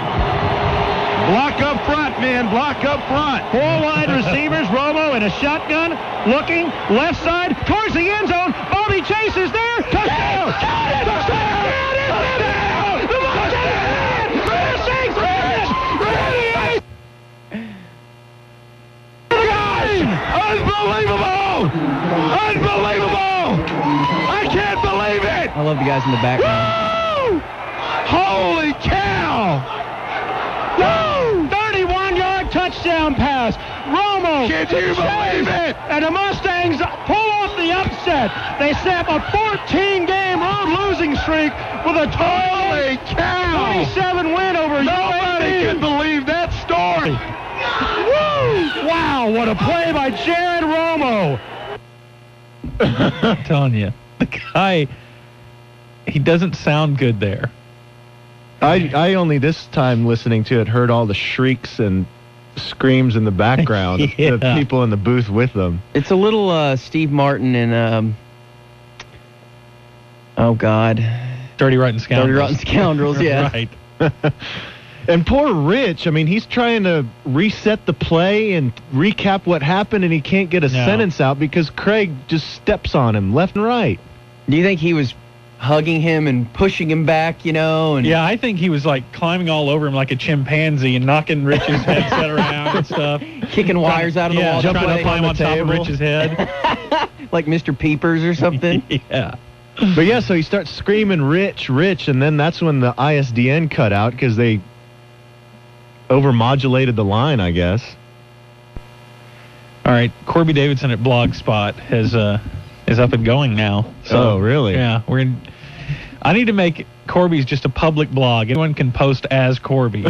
Block up front, man. Block up front. Four wide receivers. Romo in a shotgun. Looking left side towards the end zone. Bobby Chase is there. Touchdown! Touchdown! Touchdown! The Mustangs! Rich! Rich! Rich! Unbelievable! Unbelievable! I can't believe it!
I love the guys in the background.
Woo! Holy cow! Woo! 31 yard touchdown pass. Romo. Can you believe it? And the Mustangs pull off the upset. They snap a 14 game road losing streak with a Holy cow! 27 win over E. Nobody could believe that story. Woo! Wow, what a play by Jared Romo.
<laughs> I'm telling you, the guy, he doesn't sound good there.
I, I only this time listening to it heard all the shrieks and screams in the
<laughs>
background of the
Yeah.
people in the booth with them.
It's a little uh, Steve Martin and um, oh god,
Dirty Rotten Scoundrels.
Dirty Rotten
<laughs>
Scoundrels. Yeah.
right.
<laughs> And poor Rich, I mean, he's trying to reset the play and recap what happened, and he can't get a
No.
sentence out because Craig just steps on him left and right.
Do you think he was hugging him and pushing him back? You know, and
Yeah, I think he was like climbing all over him like a chimpanzee and knocking Rich's headset around and stuff.
<laughs> kicking wires out of
yeah,
the wall,
trying to
jumping
climb on top of Rich's head.
like Mr. Peepers or something.
yeah.
But <laughs> yeah, so he starts screaming, Rich, Rich, and then that's when the ISDN cut out because they overmodulated the line, I guess.
All right, Corby Davidson at Blogspot has uh, is up and going now.
Oh, really?
Yeah, we're in. I need to make Corby's just a public blog. Everyone can post as
<laughs>
Corby.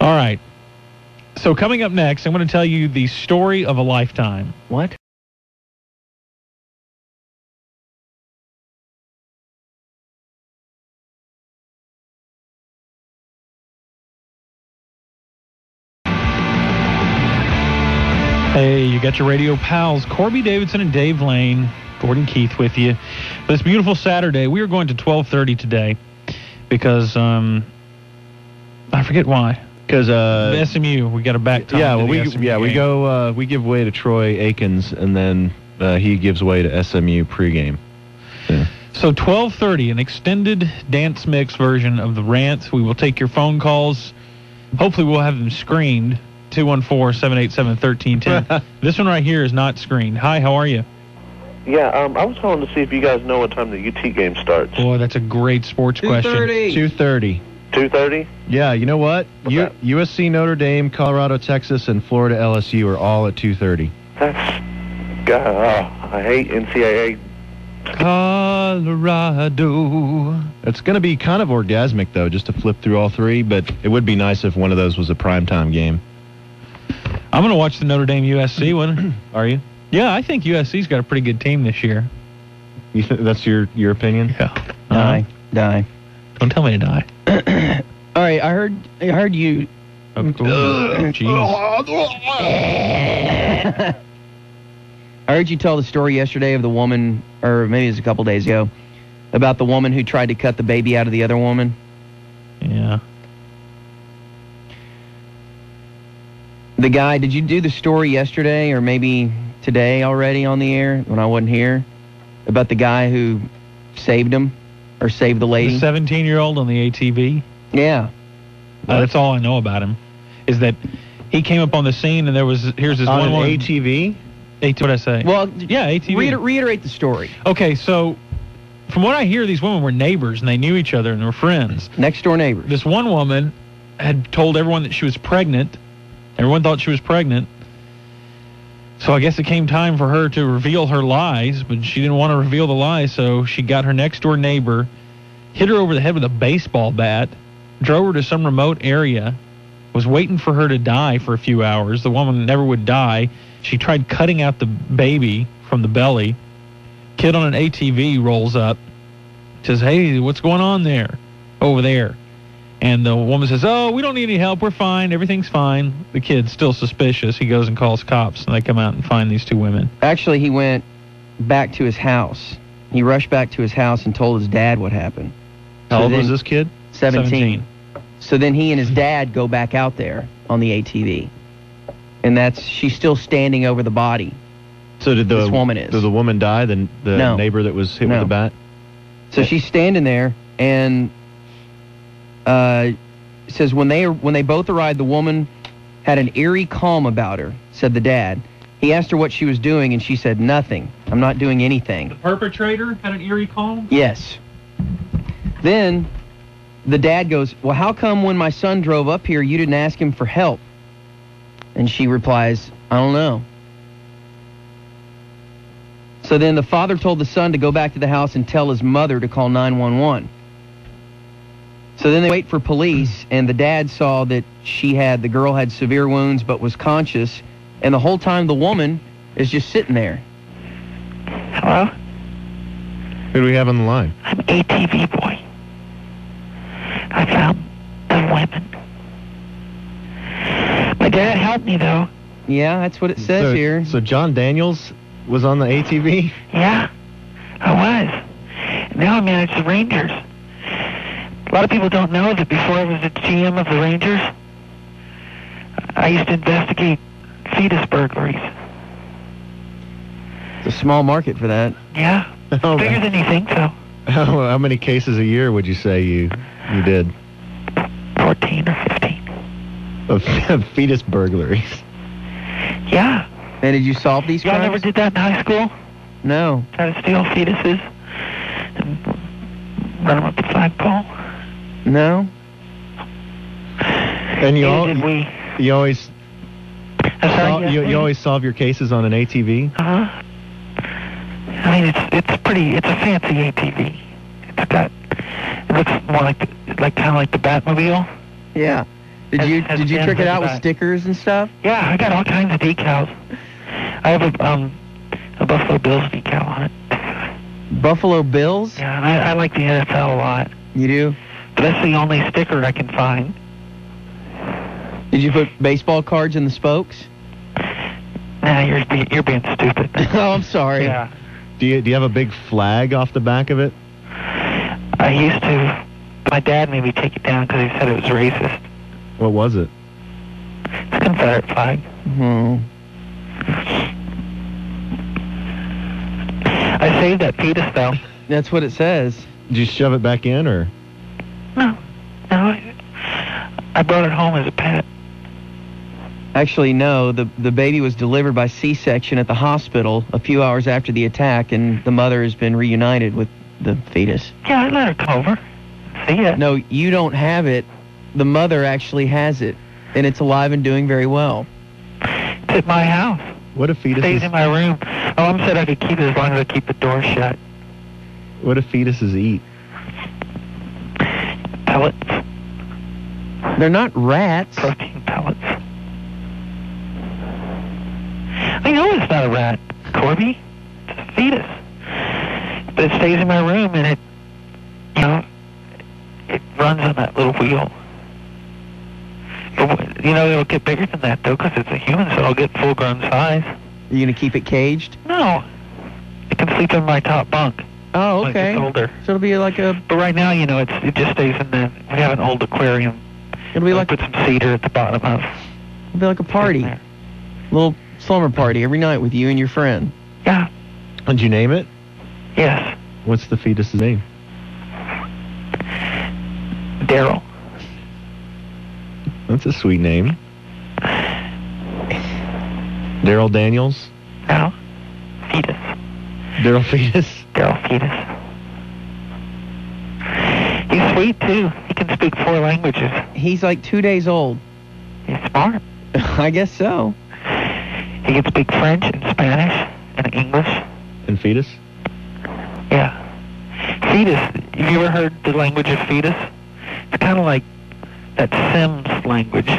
All right. So coming up next, I'm going to tell you the story of a lifetime.
What?
Hey, you got your radio pals, Corby Davidson and Dave Lane, Gordon Keith with you. This beautiful Saturday, we are going to 12:30 today because um, I forget why.
Because uh,
The SMU, we got a back time.
yeah,
to
well,
the
we
SMU
yeah we
game.
go uh, we give way to Troy Aikens, and then uh, he gives way to SMU pregame.
So 12:30, an extended dance mix version of the rants. We will take your phone calls. Hopefully, we'll have them screened.
<laughs>
214-787-1310. this one right here is not screened. Hi, how are you?
Yeah, um, I was calling to see if you guys know what time the UT game starts.
Boy, that's a great sports question.
230.
2.30?
Yeah, you know what? U- USC, Notre Dame, Colorado, Texas, and Florida LSU are all at 2.30.
That's, God, oh, I hate NCAA.
Colorado.
It's going to be kind of orgasmic, though, just to flip through all three, but it would be nice if one of those was a primetime game.
I'm going to watch the Notre Dame USC one. <clears throat> Are you? Yeah, I think USC's got a pretty good team this year.
You th- that's your, your opinion? Uh-huh.
Yeah.
Die, die.
Don't tell me to die.
All right, I heard, I heard you. I heard you tell the story yesterday of the woman, or maybe it was a couple days ago, about the woman who tried to cut the baby out of the other woman.
Yeah.
The guy, did you do the story yesterday or maybe today already on the air when I wasn't here about the guy who saved him or saved the lady?
The 17 year old on the ATV.
yeah.
Uh, that's all I know about him, is that he came up on the scene and there was here's this
On
one
an
woman-
ATV?
AT, what I say?
Well,
yeah, ATV.
reiter- reiterate the story.
Okay, so from what I hear, these women were neighbors and they knew each other and were friends.
Next door neighbor.
This one woman had told everyone that she was pregnant. Everyone thought she was pregnant. So I guess it came time for her to reveal her lies, but she didn't want to reveal the lies, so she got her next door neighbor, hit her over the head with a baseball bat, drove her to some remote area, was waiting for her to die for a few hours. The woman never would die. She tried cutting out the baby from the belly. Kid on an ATV rolls up, says, Hey, what's going on there? Over there. And the woman says, Oh, we don't need any help. We're fine. Everything's fine. The kid's still suspicious. He goes and calls cops, and they come out and find these two women.
Actually, he went back to his house. He rushed back to his house and told his dad what happened.
How
So
old was
then-
this kid?
17.
17.
So then he and his dad go back out there on the ATV. And that's, she's still standing over the body.
So did the
This woman is.
Did the woman die? The, the
No.
neighbor that was hit
No.
with the bat.
So she's standing there and uh, says when they when they both arrived, the woman had an eerie calm about her. Said the dad. He asked her what she was doing, and she said nothing. I'm not doing anything.
Perpetrator had an eerie calm?
Yes. Then the dad goes, Well, how come when my son drove up here, you didn't ask him for help? And she replies, I don't know. So then the father told the son to go back to the house and tell his mother to call 911. So then they wait for police, and the dad saw that she had, the girl had severe wounds but was conscious. And the whole time, the woman is just sitting there.
Hello?
Who do we have on the line?
I'm ATV boy. I found the women. My dad helped me though.
Yeah, that's what it says
so,
here.
So John Daniels was on the ATV.
Yeah, I was. Now I manage the Rangers. A lot of people don't know that before I was the GM of the Rangers, I used to investigate fetus burglaries.
It's a small market for that.
Yeah,
Oh,
bigger
man.
than you think though.
How, how many cases a year would you say you you did?
Fourteen or fifteen.
Of, <laughs> of fetus burglaries.
<laughs> Yeah.
And did you solve these
Y'all
crimes?
never did that in high school?
No.
Try to steal fetuses and run them up the flagpole?
No.
And you all,
Neither did we.
you always
I'm sorry,
sol-
yeah,
you,
we-
you always solve your cases on an ATV.
Uh-huh. I mean, it's it's pretty. It's a fancy ATV. It's got. It looks more like the, like kind of like the Batmobile.
Yeah. Did
Has-
you
has
did you
been
trick it
with
out with
that.
stickers and stuff?
Yeah, I got all kinds of decals. I have a um a Buffalo Bills decal on it.
Buffalo Bills?
Yeah, and I, I like the NFL a lot,
You do?
but that's the only sticker I can find.
Did you put baseball cards in the spokes?
Nah, you're be, you're being
<laughs>
stupid.
oh, I'm sorry.
yeah,
Do you do you have a big flag off the back of it?
I used to. but My dad made me take it down because he said it was racist.
What was it?
It's a Confederate flag.
Hmm.
I saved that fetus though.
That's what it says.
Did you shove it back in or?
No, no, I, I brought it home as a pet.
Actually, no. The the baby was delivered by C-section at the hospital a few hours after the attack, and the mother has been reunited with the fetus.
Yeah, I let her come over. See ya.
No, you don't have it. The mother actually has it, and it's alive and doing very well.
It's at my house.
What if fetus?
Stays
is-
in my room. Oh, I'm said I could keep it as long as I keep the door shut.
What if fetuses eat?
Pellets.
They're not rats.
Protein pellets. I know it's not a rat, Corby. It's a fetus. But it stays in my room and it, you know, it runs on that little wheel. But, wh- you know, it'll get bigger than that though, 'cause it's a human, so it'll get full grown size.
Are you gonna keep it caged?
No. It can sleep in my top bunk.
Oh,
When it
okay.
gets older.
So it'll be like a
But right now, you know, it's it just stays in the. We have an old aquarium.
It'll be like
put some cedar at the bottom of.
it'll be like a party, little slumber party every night with you and your friend.
Yeah.
Did you name it?
Yes.
What's the fetus's name?
Daryl.
That's a sweet name. Daryl Daniels.
No. Fetus.
Daryl Fetus.
Daryl Fetus. He's sweet too. He can speak four languages.
He's like two days old.
He's smart.
<laughs> I guess so.
He can speak French and Spanish and English.
And fetus.
Yeah. Fetus. Have you ever heard the language of fetus? It's kind of like that Sims language.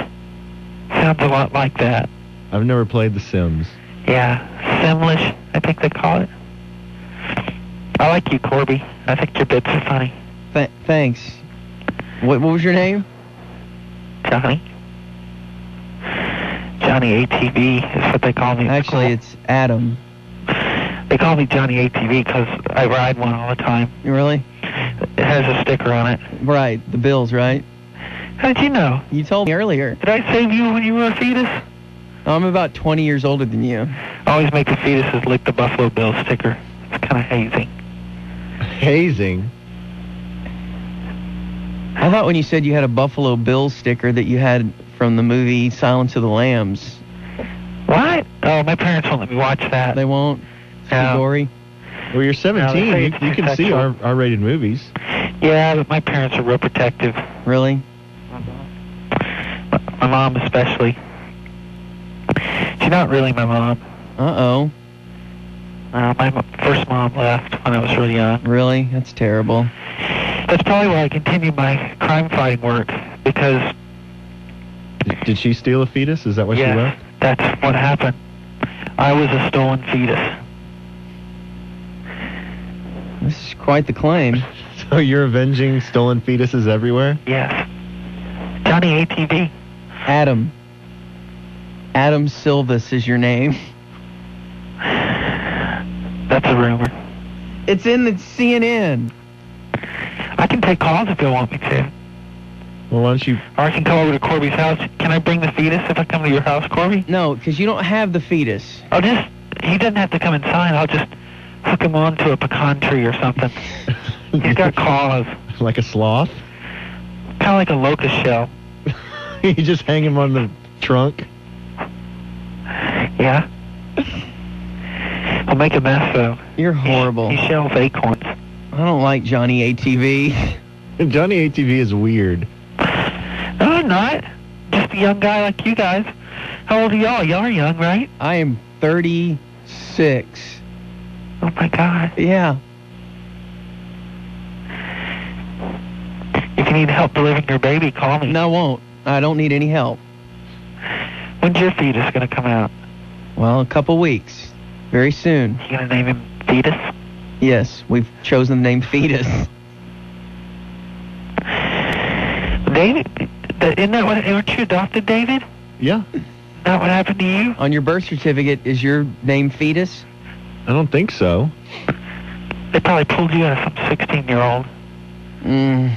Sounds a lot like that.
I've never played The Sims.
Yeah, Simlish, I think they call it. I like you, Corby. I think your bits are funny.
Th- thanks. What, what was your name?
Johnny. Johnny ATV is what they call me.
Actually, it's Adam.
They call me Johnny ATV because I ride one all the time.
You Really?
It has a sticker on it.
Right. The Bills, right?
How did you know?
You told me earlier.
Did I save you when you were a fetus?
I'm about 20 years older than you.
Always make the fetuses lick the Buffalo Bill sticker. It's kind of hazing.
Hazing.
I thought when you said you had a Buffalo Bill sticker that you had from the movie Silence of the Lambs.
What? Oh, my parents won't let me watch that.
They won't. It's too
No.
gory.
Well, you're 17.
No, they say
you,
it's
you can see
sexual.
R- R-rated movies.
Yeah, but my parents are real protective.
Really?
My mom especially. She's not really my mom.
Uh-oh.
Uh, my mo- first mom left when I was really young.
Really? That's terrible.
That's probably why I continue my crime fighting work because
D- Did she steal a fetus? Is that what
Yeah.
she left?
that's what happened. I was a stolen fetus.
This is quite the claim.
<laughs> So you're avenging stolen fetuses everywhere?
Yes. Johnny ATV.
Adam. Adam Silvis is your name.
That's a rumor.
It's in the CNN.
I can take calls if they want me to.
Well, why don't you?
Or I can come over to Corby's house. Can I bring the fetus if I come to your house, Corby?
No, because you don't have the fetus.
I'll just, he doesn't have to come inside. I'll just hook him onto a pecan tree or
<laughs>
something. He's got claws.
Like a sloth?
Kind of like a locust shell.
<laughs> you just hang him on the trunk?
Yeah. I'll make a mess though.
You're horrible.
He shells acorns.
I don't like Johnny ATV.
<laughs> Johnny ATV is weird.
No, I'm not. Just a young guy like you guys. How old are y'all? Y'all are young, right?
I am 36.
Oh my God.
Yeah.
If you need help delivering your baby, call me.
No, I won't. I don't need any help.
When's your fetus gonna come out?
Well, a couple weeks. Very soon.
You gonna name him fetus?
Yes, we've chosen the name fetus.
David? th- Isn't that what? Aren't you adopted, David?
Yeah.
Not what happened to you?
On your birth certificate is your name fetus?
I don't think so.
They probably pulled you out of some 16-year-old.
Mm,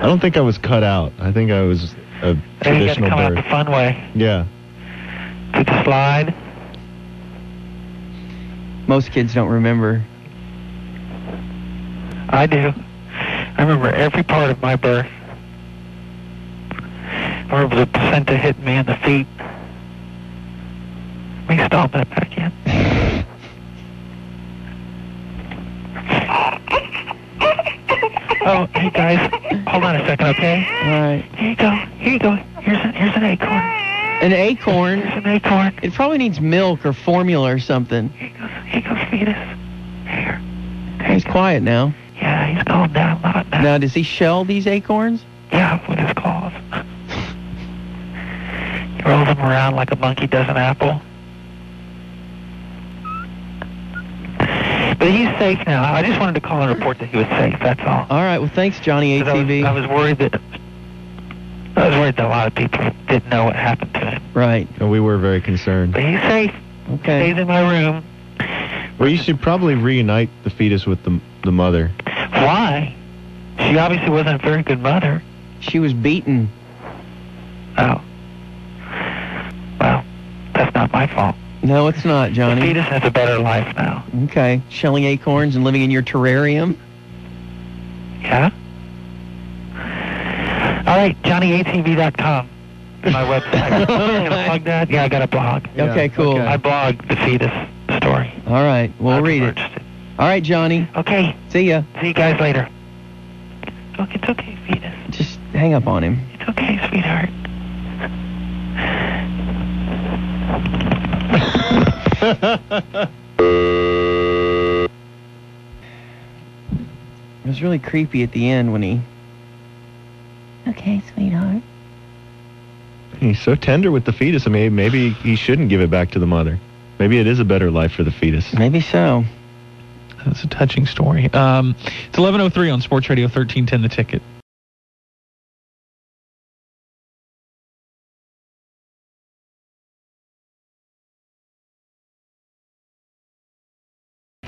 I don't think I was cut out. I think I was
They
a
got to
traditional
come out
birth.
the fun way.
Yeah.
Did the slide?
Most kids don't remember.
I do. I remember every part of my birth. I remember the placenta hitting me in the feet. Let me stop that
<laughs>
back in. Oh, hey guys, hold on a second, okay?
All right.
Here you go. Here you go. Here's an here's an acorn.
An acorn.
An acorn.
It probably needs milk or formula or something.
Here you go, fetus.
He's quiet now.
Yeah, he's calmed down a lot now.
Now, does he shell these acorns?
Yeah, with his claws. he rolls them around like a monkey does an apple. But he's safe now. I just wanted to call and report that he was safe. That's all.
All right. Well, thanks, Johnny
'Cause
ATV.
I was, I was worried that I was worried that a lot of people didn't know what happened to him.
Right.
And we were very concerned.
But he's safe.
Okay.
Stays in my room.
Well, you should probably reunite the fetus with the, the mother.
Why? She obviously wasn't a very good mother.
She was beaten.
Oh. Well, that's not my fault.
No, it's not,
The
Johnny.
fetus has a better life now.
Okay. Shelling acorns and living in your terrarium.
Yeah? All right, JohnnyATV.com. is
<laughs>
My website. Can I plug that? Yeah, I got a blog.
Okay, cool.
I blog the fetus story.
All right. We'll read it. All right, Johnny.
Okay.
See ya.
See you guys later. Okay, it's okay, fetus.
Just hang up on him.
It's okay, sweetheart.
It was really creepy at the end when he.
<laughs> Okay, sweetheart.
He's so tender with the fetus. I mean, maybe he shouldn't give it back to the mother. Maybe it is a better life for the fetus.
Maybe so.
That's a touching story. Um, it's 11.03 on Sports Radio 1310 The Ticket.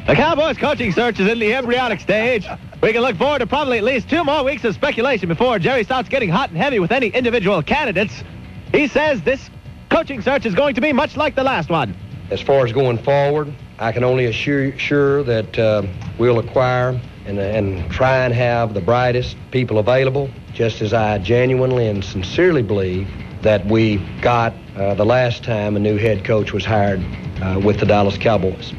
The Cowboys coaching search is in the embryonic stage. We can look forward to probably at least two more weeks of speculation before Jerry starts getting hot and heavy with any individual candidates. He says this coaching search is going to be much like the last one.
As far as going forward, I can only assure sure that uh, we'll acquire and, uh, and try and have the brightest people available, just as I genuinely and sincerely believe that we got uh, the last time a new head coach was hired uh, with the Dallas Cowboys.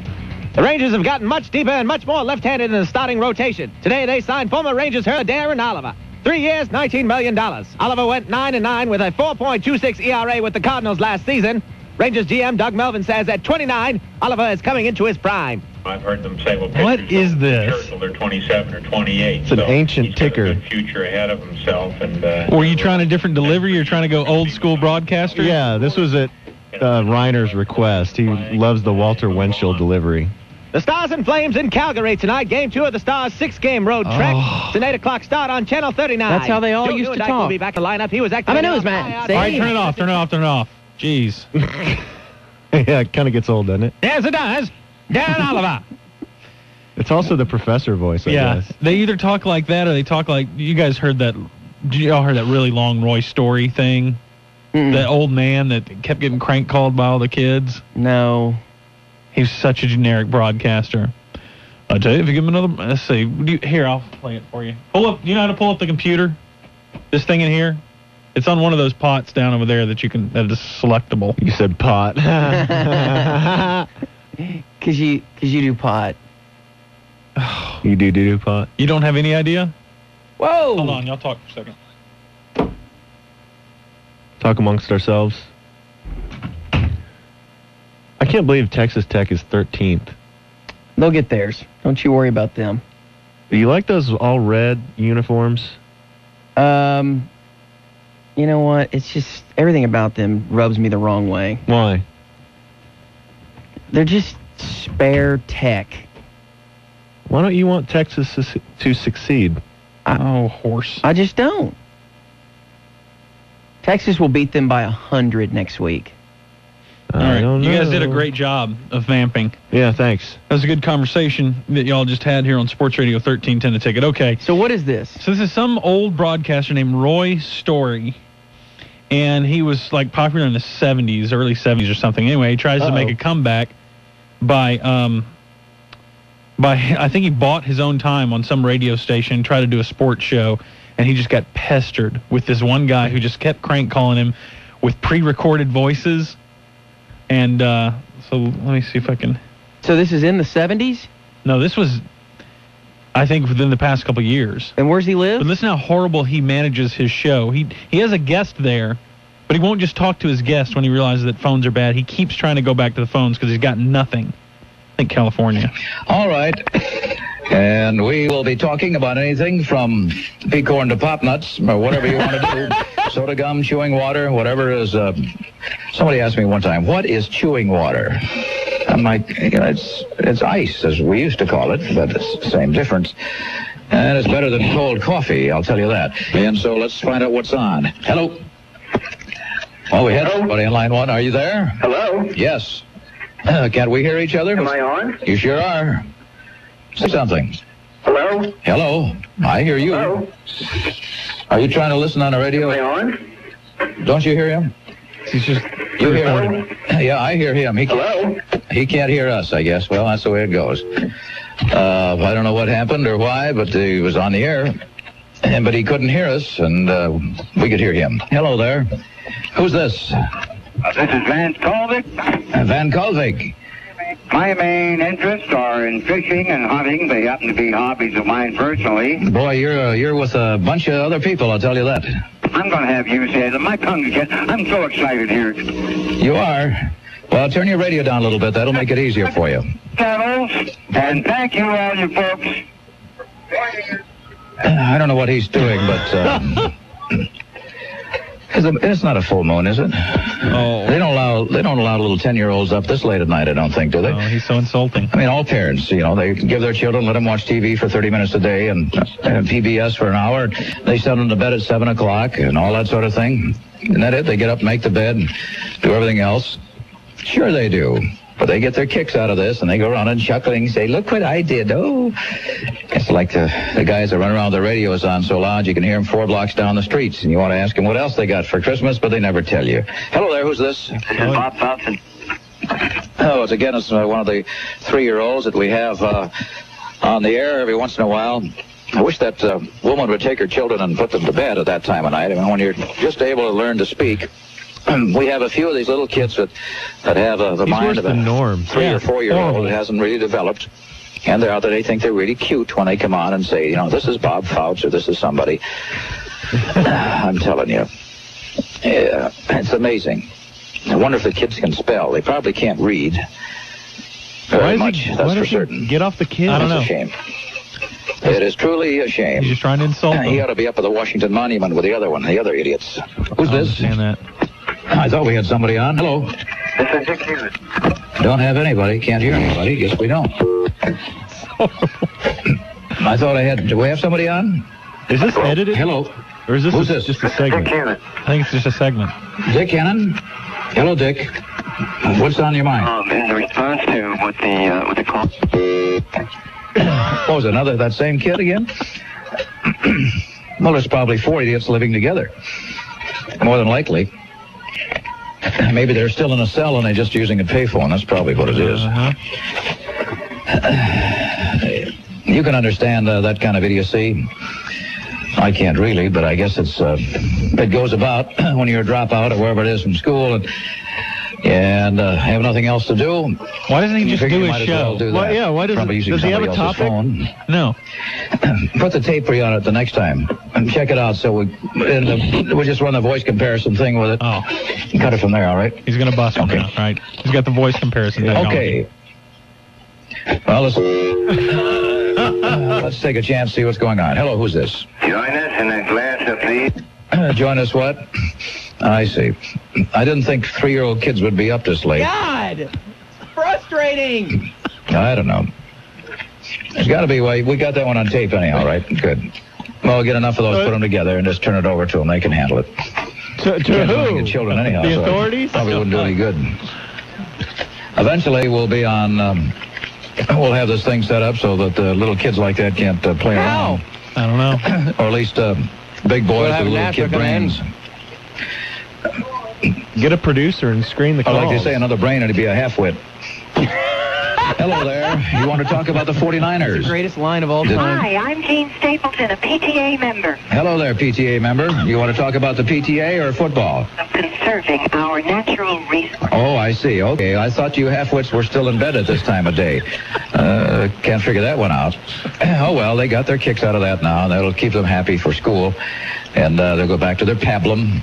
The Rangers have gotten much deeper and much more left-handed in the starting rotation. Today they signed former Rangers herd Darren Oliver. Three years, $19 million. Oliver went 9 and 9 with a 4.26 ERA E with the Cardinals last season. Rangers GM Doug Melvin says at 29, Oliver is coming into his prime.
I've heard them say, well,
What is this?
until they're 27 or 28.
It's an ancient
ticker. future ahead of himself, and uh,
Were you trying a different delivery? You're trying to go old school broadcaster?
Yeah, this was at uh, Reiner's request. He loves the Walter Winchell delivery.
The Stars and Flames in Calgary tonight. Game two of the Stars' six-game road trek. It's an 8 o'clock start on Channel 39.
Oh. That's how they all
Joe
used to
Newdike
talk.
will be back to lineup. He was
I'm
acting
a newsman.
All right, turn it off, turn it off, turn it off. Jeez.
<laughs> yeah, it kind of gets old, doesn't it?
Yes, it does. Darren Oliver.
It's also the professor voice, I
yeah,
guess.
they either talk like that or they talk like you guys heard that. did Y'all heard that really long Roy story thing. That old man that kept getting crank called by all the kids.
No,
he was such a generic broadcaster. I tell you, if you give him another, let's see. Do you, here, I'll play it for you. Pull up. You know how to pull up the computer? This thing in here. It's on one of those pots down over there that you can that is selectable.
You said
<laughs>
pot. <laughs>
Cause you, cause you do pot.
You do do do pot.
You don't have any idea?
Whoa!
Hold on, y'all talk for a second.
Talk amongst ourselves. I can't believe Texas Tech is 13th.
They'll get theirs. Don't you worry about them.
Do you like those all red uniforms?
Um, you know what? It's just everything about them rubs me the wrong way.
Why?
They're just spare tech.
Why don't you want Texas to su- to succeed?
oh, horse.
I just don't. Texas will beat them by a hundred next week.
All right,
don't
you guys
know.
did a great job of vamping.
Yeah, thanks.
That was a good conversation that y'all just had here on Sports Radio 1310 The Ticket. Okay.
So what is this?
So this is some old broadcaster named Roy Story. And he was like popular in the 70s, early 70s or something. Anyway, he tries to make a comeback by um, by <laughs> I think he bought his own time on some radio station, tried to do a sports show, and he just got pestered with this one guy who just kept crank calling him with pre-recorded voices. And uh, so let me see if I can.
So this is in the 70s?
No, this was I think within the past couple years.
And where's he live?
But listen how horrible he manages his show. He he has a guest there, but he won't just talk to his guest when he realizes that phones are bad. He keeps trying to go back to the phones because he's got nothing. I think California.
All right. And we will be talking about anything from peacorn to pop nuts or whatever you want to do. Soda gum, chewing water, whatever is. Uh, somebody asked me one time, what is chewing water? I'm like, you know, it's, it's ice, as we used to call it, but it's the same difference. And it's better than cold coffee, I'll tell you that. And so let's find out what's on. Hello. Oh, we had somebody in line one. Are you there? Hello. Yes. Uh, can't we hear each other? Am I on? You sure are. Say something. Hello? Hello. I hear you. Hello? Are you trying to listen on the radio? Am I on? Don't you hear him? He's just you hear him. <laughs> Yeah, I hear him. He Hello? He can't hear us, I guess. Well, that's the way it goes. Uh, I don't know what happened or why, but he was on the air. And, but he couldn't hear us, and uh, we could hear him. Hello there. Who's this?
Uh, This is Vance Colvick.
Uh, Van Kolvik.
My main interests are in fishing and hunting. They happen to be hobbies of mine personally.
Boy, you're uh, you're with a bunch of other people. I'll tell you that.
I'm going to have you say that. My tongue is getting... I'm so excited here.
You are. Well, turn your radio down a little bit. That'll make it easier for you.
Channels, and thank you all you folks.
Uh, I don't know what he's doing, but
<laughs>
um, it's, a, it's not a full moon, is it? Oh, they don't allow they don't allow little ten year olds up this late at night. I don't think, do they?
He's so insulting.
I mean, all parents, you know, they give their children, let them watch TV for 30 minutes a day and, and PBS for an hour. They send them to bed at 7 o'clock and all that sort of thing. Isn't that it? They get up, make the bed, and do everything else. Sure they do. But they get their kicks out of this, and they go around and chuckling and say, look what I did. Oh, it's like the, the guys that run around the radio is on so loud you can hear them four blocks down the streets, and you want to ask them what else they got for Christmas, but they never tell you. Hello there, who's this?
Bob Fountain.
Oh, it's again, it's uh, one of the three-year-olds that we have uh, on the air every once in a while. I wish that uh, woman would take her children and put them to bed at that time of night. I mean, when you're just able to learn to speak, <clears throat> we have a few of these little kids that, that have uh, the
He's worse
mind of a
than Norm.
three
Yeah. Oh.
or four-year-old that hasn't really developed. And they're out there, they think they're really cute when they come on and say, you know, this is Bob Fouts or this is somebody. <sighs> I'm telling you. Yeah, it's amazing. I wonder if the kids can spell. They probably can't read very much, that's for certain.
Get off the kid. I don't know.
It's a shame. It is truly a shame.
He's just trying to insult
Uh,
them.
He ought to be up at the Washington Monument with the other one, the other idiots. Who's this? I thought we had somebody on. Hello. Don't have anybody. Can't hear anybody. Guess we
<laughs>
don't. I thought I had. Do we have somebody on?
Is this edited?
Hello.
Or is this,
Who's
a-
this?
just a segment? I think it's just a segment.
Dick Cannon. Hello, Dick. What's on your mind?
Um, in response to what the, uh, what the call...
What was it, another that same kid again? <clears throat> well, there's probably four idiots living together. More than likely. <clears throat> Maybe they're still in a cell and they're just using a payphone. That's probably what it is.
Uh-huh.
<clears throat> you can understand uh, that kind of idiocy. I can't really, but I guess it's uh, it goes about <clears throat> when you're a dropout or wherever it is from school and and uh, have nothing else to do.
Why doesn't he just do his show? Why- yeah, why does-
Probably using
does he have a
somebody else's
topic?
phone.
No.
<clears throat> Put the tape re on it the next time and check it out. So we and the, we just run the voice comparison thing with it.
Oh,
cut it from there. All right.
He's gonna bust him now, right? He's got the voice comparison.
Okay. Well, let's, let's take a chance, see what's going on. Hello, who's this?
Join us in a glass of please.
<clears throat> Join us, what? I see. I didn't think three-year-old kids would be up this late.
God! It's frustrating!
I don't know. There's got to be a way. We got that one on tape anyhow, right? Good. Well, get enough of those, put them together, and just turn it over to them. They can handle it.
Uh, To,
Depends on the children anyhow.
The
so it
authorities?
Probably wouldn't do any good. Eventually, we'll be on. Um, we'll have this thing set up so that uh, little kids like that can't uh, play around.
I don't know.
<clears throat> or at least uh, big
We'll
boys
have
with little
Nashville
kid
come in.
brains.
Get a producer and screen the
Or
calls. <laughs>
like they say, another brain, it'd be a halfwit. Hello there. You want to talk about the 49ers?
greatest line of all
time.
Hi, I'm Jean Stapleton, a PTA member.
Hello there, PTA member. You want to talk about the PTA or football?
Conserving our natural resources.
Oh, I see. Okay, I thought you halfwits were still in bed at this time of day. Uh, can't figure that one out. <clears throat> Oh well, they got their kicks out of that now, and that'll keep them happy for school, and uh, they'll go back to their pablum.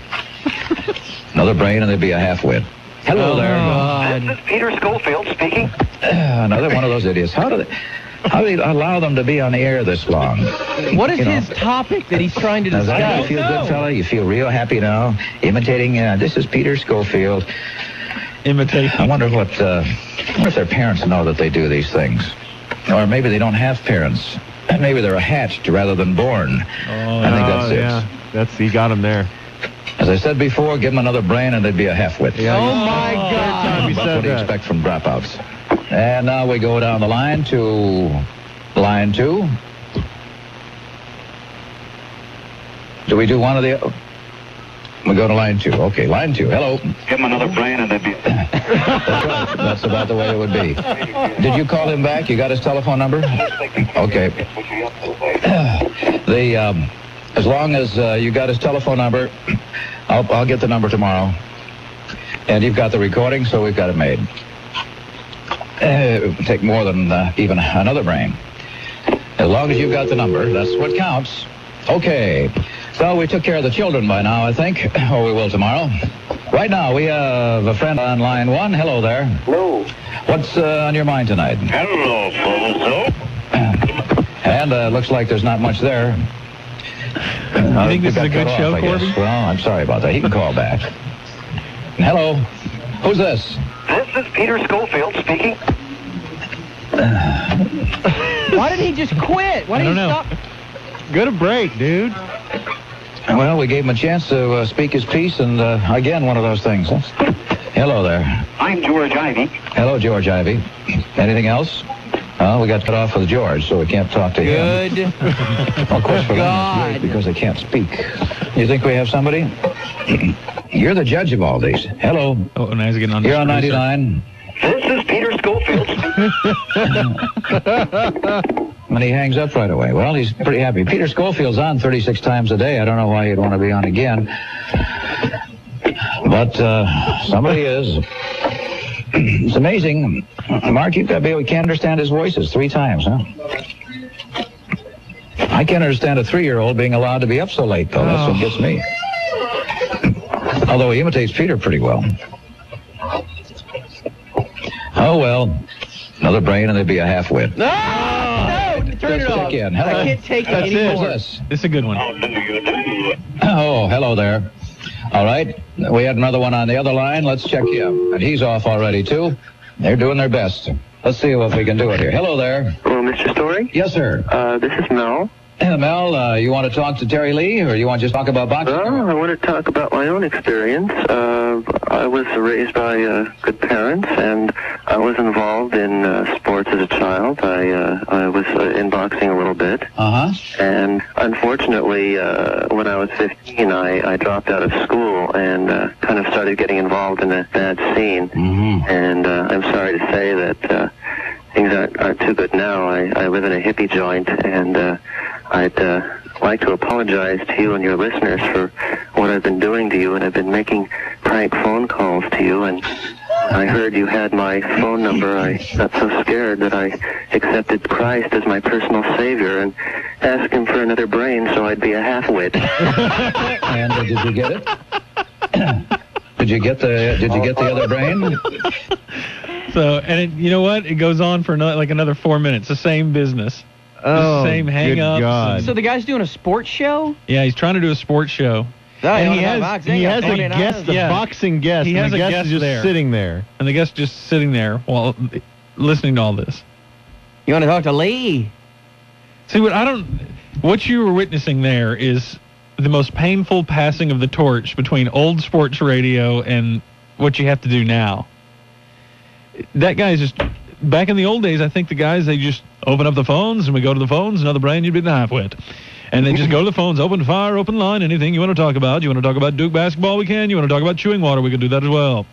<laughs> Another brain, and they'll be a halfwit. <sighs> Hello there.
This is Peter Schofield speaking.
Another one of those idiots. How do they? How do they allow them to be on the air this long?
What is
You know,
his topic that he's trying to
Now, that
discuss?
you feel good, fella. You feel real happy now, imitating. Uh, this is Peter Schofield. Imitating. I wonder what. Uh, I wonder if their parents know that they do these things, or maybe they don't have parents. And Maybe they're hatched rather than born. I think that's it.
Oh, yeah. That's you got him there.
As I said before, give them another brain and they'd be a halfwit.
Oh,
my God!
he
What
said
do you
that.
expect from dropouts? And now we go down the line to line two. Do we do one of the? We go to line two. Okay, line two. Hello.
Give him another brain and they'd be.
<laughs> That's about the way it would be. Did you call him back? You got his telephone number? Okay. The um, as long as uh, you got his telephone number, I'll, I'll get the number tomorrow. And you've got the recording, so we've got it made. Uh, it would take more than uh, even another brain. As long as you've got the number, that's what counts. Okay. So we took care of the children by now, I think, <coughs> or we will tomorrow. Right now, we have a friend on line one. Hello there. Hello. What's uh, on your mind tonight?
Hello, Bozo.
And uh, looks like there's not much there. Uh, I
think this is a good show, Corby?
Well, I'm sorry about that. He can call back. Hello. Who's this?
This is Peter Schofield speaking.
<laughs> Why did he just quit? Why did he stop?
Go to break, dude. Well, we gave him a chance to uh, speak his piece, and uh, again, one of those things. Hello there.
I'm George Ivy.
Hello, George Ivy. Anything else? Uh, we got cut off with George, so we can't talk to him.
Good.
Well, of course, for them, it's great because they can't speak. You think we have somebody? <clears throat> You're the judge of all these. Hello.
Oh, now he's getting on.
You're on 99.
This is Peter Schofield.
<laughs> And he hangs up right away. Well, he's pretty happy. Peter Schofield's on 36 times a day. I don't know why you'd want to be on again. But uh, somebody is. It's amazing. Mark, you've got to be able, you can't understand his voices three times, huh? I can't understand a three-year-old being allowed to be up so late, though. That's what gets me. Although he imitates Peter pretty well. Oh, well. Another brain and they'd be a half-wit.
No! No! Turn it off.
Let's Oh, check in. Hello.
I can't take
That's
it anymore.
This. is a good
one.
Oh, hello there. All right. We had another one on the other line. Let's check him. And he's off already, too. They're doing their best. Let's see if we can do it here. Hello there.
Hello, Mr. Story.
Yes, sir.
Uh, this is Mel.
Uh, Mel, uh, you want to talk to Terry Lee, or you want to just talk about boxing?
Well, Uh, I want to talk about my own experience. Uh, I was raised by uh, good parents, and I was involved in uh, sports as a child. I uh, I was uh, in boxing a little bit,
Uh-huh.
and unfortunately, uh, when I was 15, I, I dropped out of school and uh, kind of started getting involved in that bad scene. Mm-hmm. And uh, I'm sorry to say that uh, things aren't, aren't too good now. I, I live in a hippie joint, and uh, I'd uh, like to apologize to you and your listeners for what I've been doing to you, and I've been making prank phone calls to you, and I heard you had my phone number. I got so scared that I accepted Christ as my personal savior and asked him for another brain so I'd be a half-wit.
<laughs> And uh, did you get it? <coughs> did you get the Did you get the
<laughs>
other brain?
So, and it, you know what? It goes on for another, like another four minutes. The same business.
Oh,
Oh,
the same hang ups.
So the guy's doing a sports show?
Yeah, he's trying to do a sports show.
No,
And
he don't know boxing.
he
Yeah,
has a
49ers.
guest, a
Yeah.
boxing guest.
He
and
has
the
a
guest
guest
is just
there.
sitting there.
And the guest just sitting there while listening to all this.
You want to talk to Lee?
See what I don't. What you were witnessing there is the most painful passing of the torch between old sports radio and what you have to do now. That guy's just. Back in the old days, I think the guys they just open up the phones and we go to the phones. Another brand you'd be the halfwit. And they just go to the phones, open fire, open line, anything you want to talk about. You want to talk about Duke basketball, we can. You want to talk about chewing water, we can do that as well.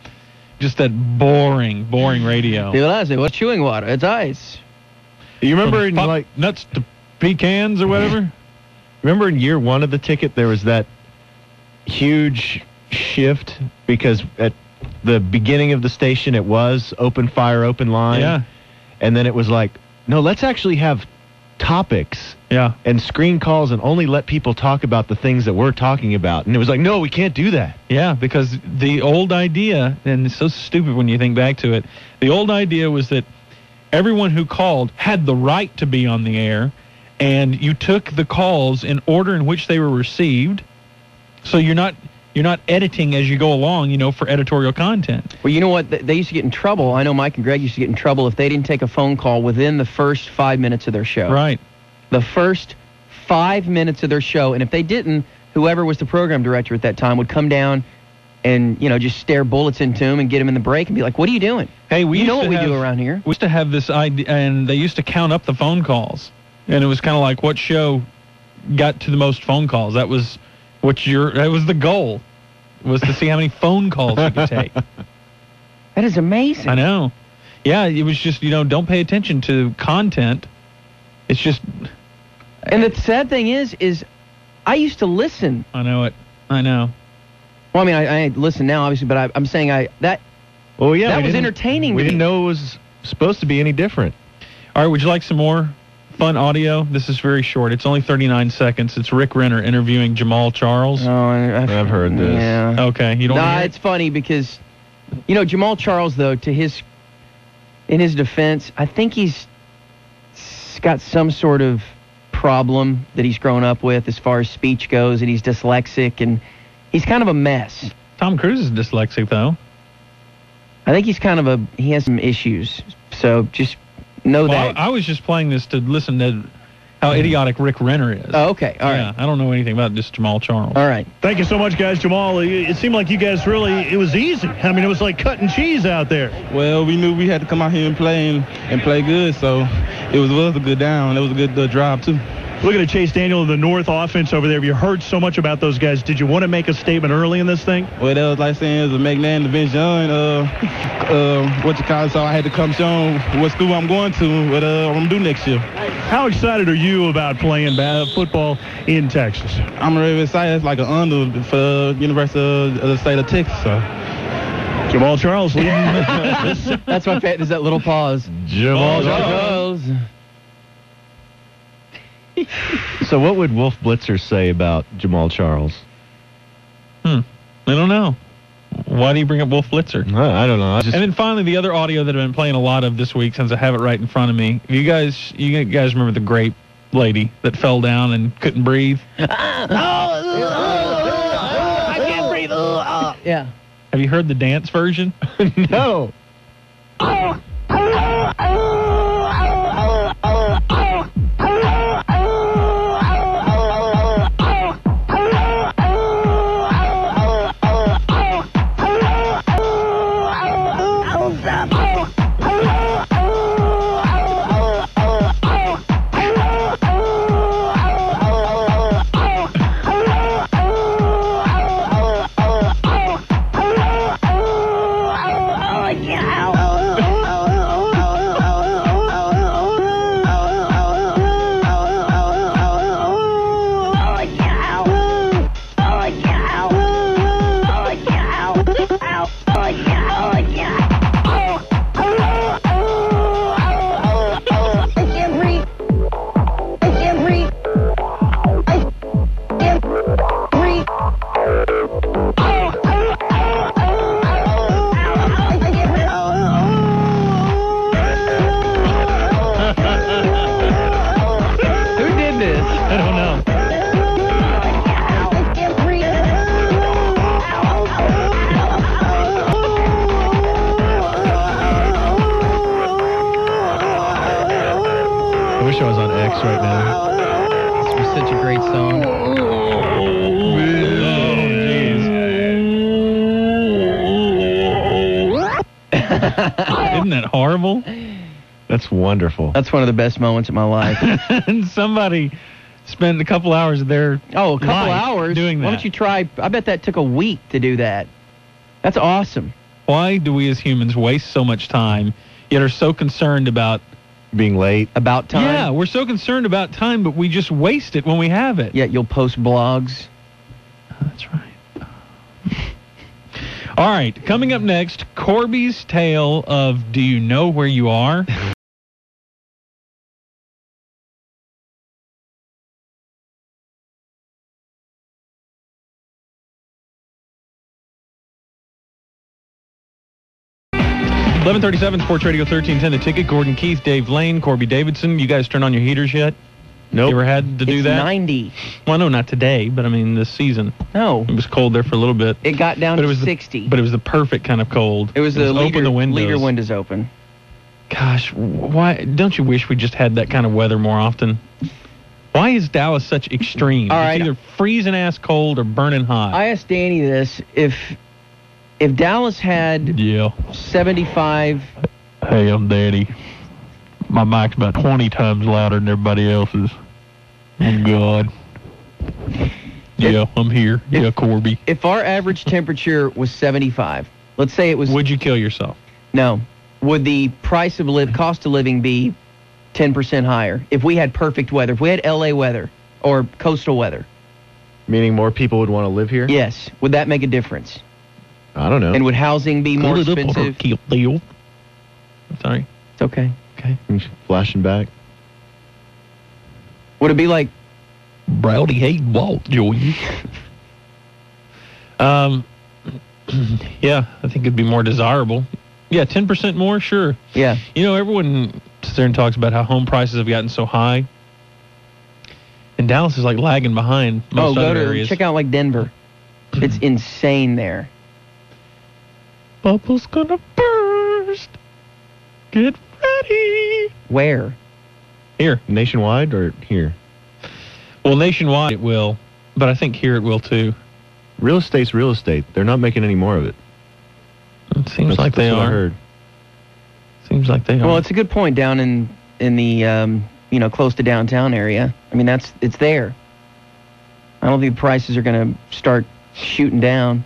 just that boring, boring radio.
Dude, I say, what's chewing water? It's ice.
You remember in
Fuck
like
nuts to pecans or whatever?
Remember in year one of the ticket there was that huge shift because at the beginning of the station it was open fire, open line.
Yeah.
And then it was like, no, let's actually have topics
yeah.
and screen calls and only let people talk about the things that we're talking about. And it was like, no, we can't do that.
Yeah, because the old idea, and it's so stupid when you think back to it, the old idea was that everyone who called had the right to be on the air, and you took the calls in order in which they were received. So you're not you're not editing as you go along, you know, for editorial content.
Well, you know what? Th- They used to get in trouble. I know Mike and Greg used to get in trouble if they didn't take a phone call within the first five minutes of their show.
Right.
The first five minutes of their show, and if they didn't, whoever was the program director at that time would come down and you know just stare bullets into him and get him in the break and be like, "What are you doing?
Hey, we
you
used
know what
to
we
have-
do around here."
We used to have this idea, and they used to count up the phone calls, and it was kind of like what show got to the most phone calls. That was what your that was the goal was to see
<laughs>
how many phone calls you could take.
That is amazing.
I know. Yeah, it was just you know don't pay attention to content. It's just
And the sad thing is, is I used to listen.
I know it. I know.
Well, I mean, I, I listen now, obviously, but I, I'm saying I that.
Well, yeah,
that
we
was
didn't-
entertaining.
We
to
didn't
me.
know it was supposed to be any different.
All right, would you like some more fun audio? This is very short. It's only 39 seconds. It's Rick Renner interviewing Jamal Charles.
Oh, I,
I've heard this.
Yeah.
Okay, you don't.
Nah,
wanna hear it?
it's funny because, you know, Jamal Charles though, to his, in his defense, I think he's s- got some sort of problem that he's grown up with as far as speech goes, and he's dyslexic, and he's kind of a mess.
Tom Cruise is dyslexic though.
I think he's kind of a he has some issues. So just know
Well,
that.
I, I was just playing this to listen to how idiotic Rick Renner is.
oh, okay. All right.
yeah, I don't know anything about this Jamal Charles.
All right.
Thank you so much, guys. Jamal, you- it seemed like you guys really, it was easy. I mean, it was like cutting cheese out there.
Well, we knew we had to come out here and play and, and play good, so it was, was a good down. It was a good uh, drive, too.
Looking at Chase Daniel and the North offense over there, you heard so much about those guys. Did you want to make a statement early in this thing?
Well, that was like saying it was a McNair to Vince Young, uh, uh, what you call it, so I had to come show 'em what school I'm going to, what uh, I'm going to do next year.
How excited are you about playing ba- football in Texas?
I'm really excited. It's like an under for
Uh,
the University of, of the State of Texas, so.
Jamal Charles
<laughs> That's my favorite. Is that little pause?
Jamal
Charles.
So what would Wolf Blitzer say about Jamal Charles?
Hmm. I don't know. Why do you bring up Wolf Blitzer?
I don't know. I
and then finally, the other audio that I've been playing a lot of this week, since I have it right in front of me. You guys, you guys remember the grape lady that fell down and couldn't
<laughs>
breathe?
I can't
<laughs>
breathe. Yeah.
Have you heard the dance version?
<laughs> no.
Who did this? I
don't know.
I wish I was on X right now.
It's such a great song.
Isn't that horrible?
That's wonderful.
That's one of the best moments of my life.
<laughs> <laughs> and somebody spent a couple hours of their
oh, a couple
life
hours
doing that.
Why don't you try? I bet that took a week to do that. That's awesome.
Why do we as humans waste so much time, yet are so concerned about
being late?
About time?
Yeah, we're so concerned about time, but we just waste it when we have it.
Yet you'll post blogs.
That's right. <laughs> All right, coming up next, Corby's tale of Do You Know Where You
<laughs>
Are? Eleven thirty-seven, Sports Radio thirteen ten. The ticket. Gordon Keith, Dave Lane, Corby Davidson. You guys turn on your heaters yet? No. You ever had to do
It's
that?
90.
Well, no, not today, but I mean this season.
No.
It was cold there for a little bit.
It got down
but
to
it was the-
60.
but it was the perfect kind of cold.
It was the leader-
open the windows.
leader windows open.
Gosh, wh- why don't you wish we just had that kind of weather more often? Why is Dallas such extreme?
All
It's
right.
either freezing ass cold or burning hot.
I asked Danny this if if Dallas had
yeah
75
Hey, I'm Daddy. My mic's about 20 times louder than everybody else's. Oh, God. Yeah, I'm here. Yeah, Corby.
if our average temperature was 75 let's say it was would
you kill yourself
no would the price of live cost of living be 10% higher if we had perfect weather if we had la weather or coastal weather
Meaning more people would want to live here?
yes would that make a difference
I don't know.
and would housing be more
Good little
expensive
deal. sorry
it's okay
Flashing back.
would it be like
Browdy hate Walt, Jordan.
<laughs> Um, <clears throat> yeah, I think it'd be more desirable. Yeah, ten percent more, sure.
Yeah.
You know, everyone sits there and talks about how home prices have gotten so high, and Dallas is like lagging behind
oh
most
go
other
to
areas.
check out like
<clears throat>
denver it's insane there
Bubble's gonna burst. Get ready.
Where?
Here.
Nationwide or here?
Well, nationwide it will, but I think here it will too.
Real estate's real estate. They're not making any more of it.
It seems
that's,
like they
that's what I
are.
heard.
Seems like they are.
Well, it's a good point down in in the um, you know close to downtown area. I mean, that's it's there. I don't think prices are going to start shooting down.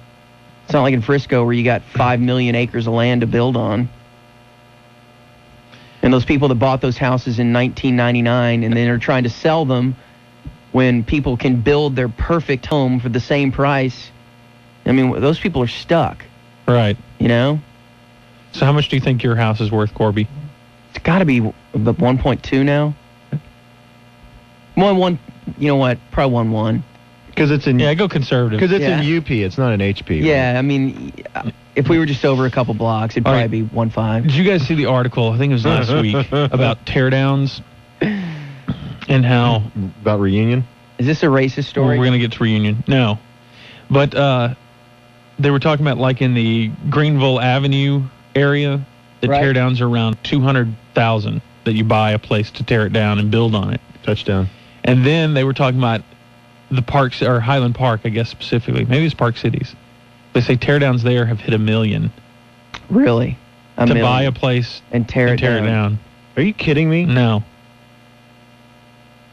It's not like in Frisco where you got five million acres of land to build on. And those people that bought those houses in 1999 and then are trying to sell them when people can build their perfect home for the same price. I mean, those people are stuck.
Right.
You know?
So how much do you think your house is worth, Corby?
It's got to be the 1.2 now. One one, you know what? Probably one one.
Because it's in
yeah, go conservative.
Because it's
Yeah.
in UP. It's not an HP. right?
Yeah, I mean, y- if we were just over a couple blocks, it'd
All
probably
right.
be one five.
Did you guys see the article? I think it was
<laughs>
last week about teardowns and how
about reunion.
Is this a racist
Well,
story?
we're gonna get to reunion. No, but uh, they were talking about like in the Greenville Avenue area, the
Right.
teardowns are around two hundred thousand that you buy a place to tear it down and build on it.
Touchdown.
And then they were talking about the parks or Highland Park, I guess specifically. Maybe it's Park Cities. They say teardowns there have hit a million
really? A
to
million.
buy a place
and tear,
and tear it down.
Are you kidding me?
No.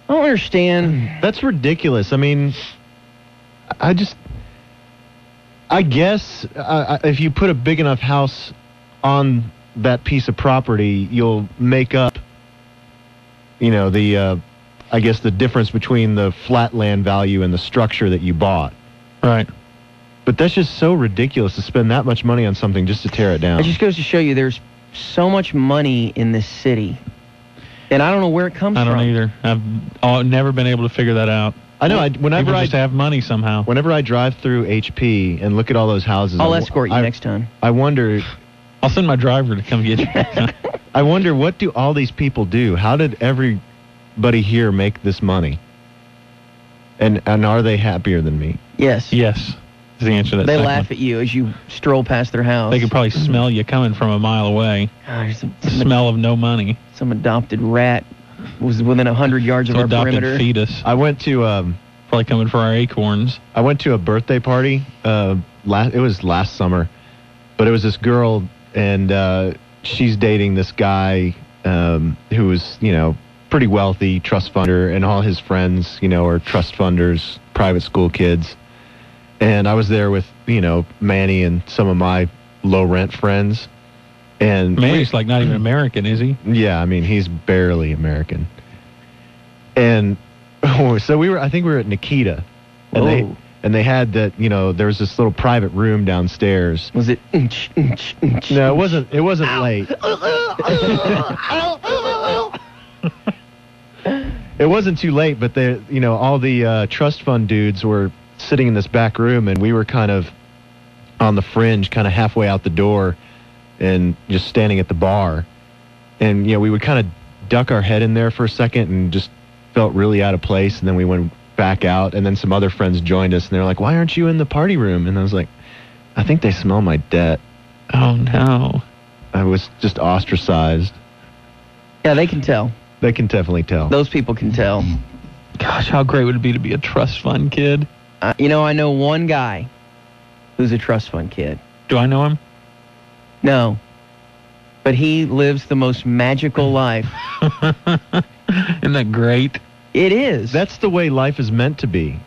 I don't understand.
<clears throat> That's ridiculous. I mean, I just, I guess uh, if you put a big enough house on that piece of property, you'll make up, you know, the, uh, I guess the difference between the flat land value and the structure that you bought.
Right.
But that's just so ridiculous to spend that much money on something just to tear it down.
It just goes to show you there's so much money in this city, and I don't know where it comes
I don't
from.
either. I've uh, never been able to figure that out.
I know. I, whenever
People
I
just have money somehow.
whenever I drive through HP and look at all those houses,
I'll
I-
escort you
I-
next time.
I wonder.
<sighs> I'll send my driver to come get you.
<laughs> I wonder what do all these people do? How did everybody here make this money? And and are they happier than me?
Yes.
Yes, is the answer to that.
They
second
laugh at you as you stroll past their house.
one. They could probably smell you coming from a mile away.
God, there's some,
The smell of no money.
Ah, some adopted rat was within hundred yards of
Some
our
adopted
perimeter.
fetus.
I went to um,
probably coming for our acorns.
I went to a birthday party. Uh, last it was last summer, but it was this girl and uh, she's dating this guy um, who was you know pretty wealthy trust funder, and all his friends you know are trust funders, private school kids. And I was there with you know Manny and some of my low rent friends. And
Mary's like not even American, is he?
Yeah, I mean he's barely American. And <laughs> so we were, I think we were at Nikita, and
Oh.
they and they had that, you know, there was this little private room downstairs.
Was it?
no, it wasn't. It wasn't
<laughs>
late. it wasn't too late, but the you know all the uh, trust fund dudes were sitting in this back room, and we were kind of on the fringe, kind of halfway out the door, and just standing at the bar, and you know we would kind of duck our head in there for a second, and just felt really out of place, and then we went back out, and then some other friends joined us, and they were like, "Why aren't you in the party room?" And I was like, "I think they smell my debt."
Oh no!
I was just ostracized.
Yeah, they can tell.
They can definitely tell.
Those people can tell.
Gosh, how great would it be to be a trust fund kid?
Uh, you know, I know one guy who's a trust fund kid.
Do I know him?
No. But he lives the most magical life.
<laughs> Isn't that great?
It is.
That's the way life is meant to be.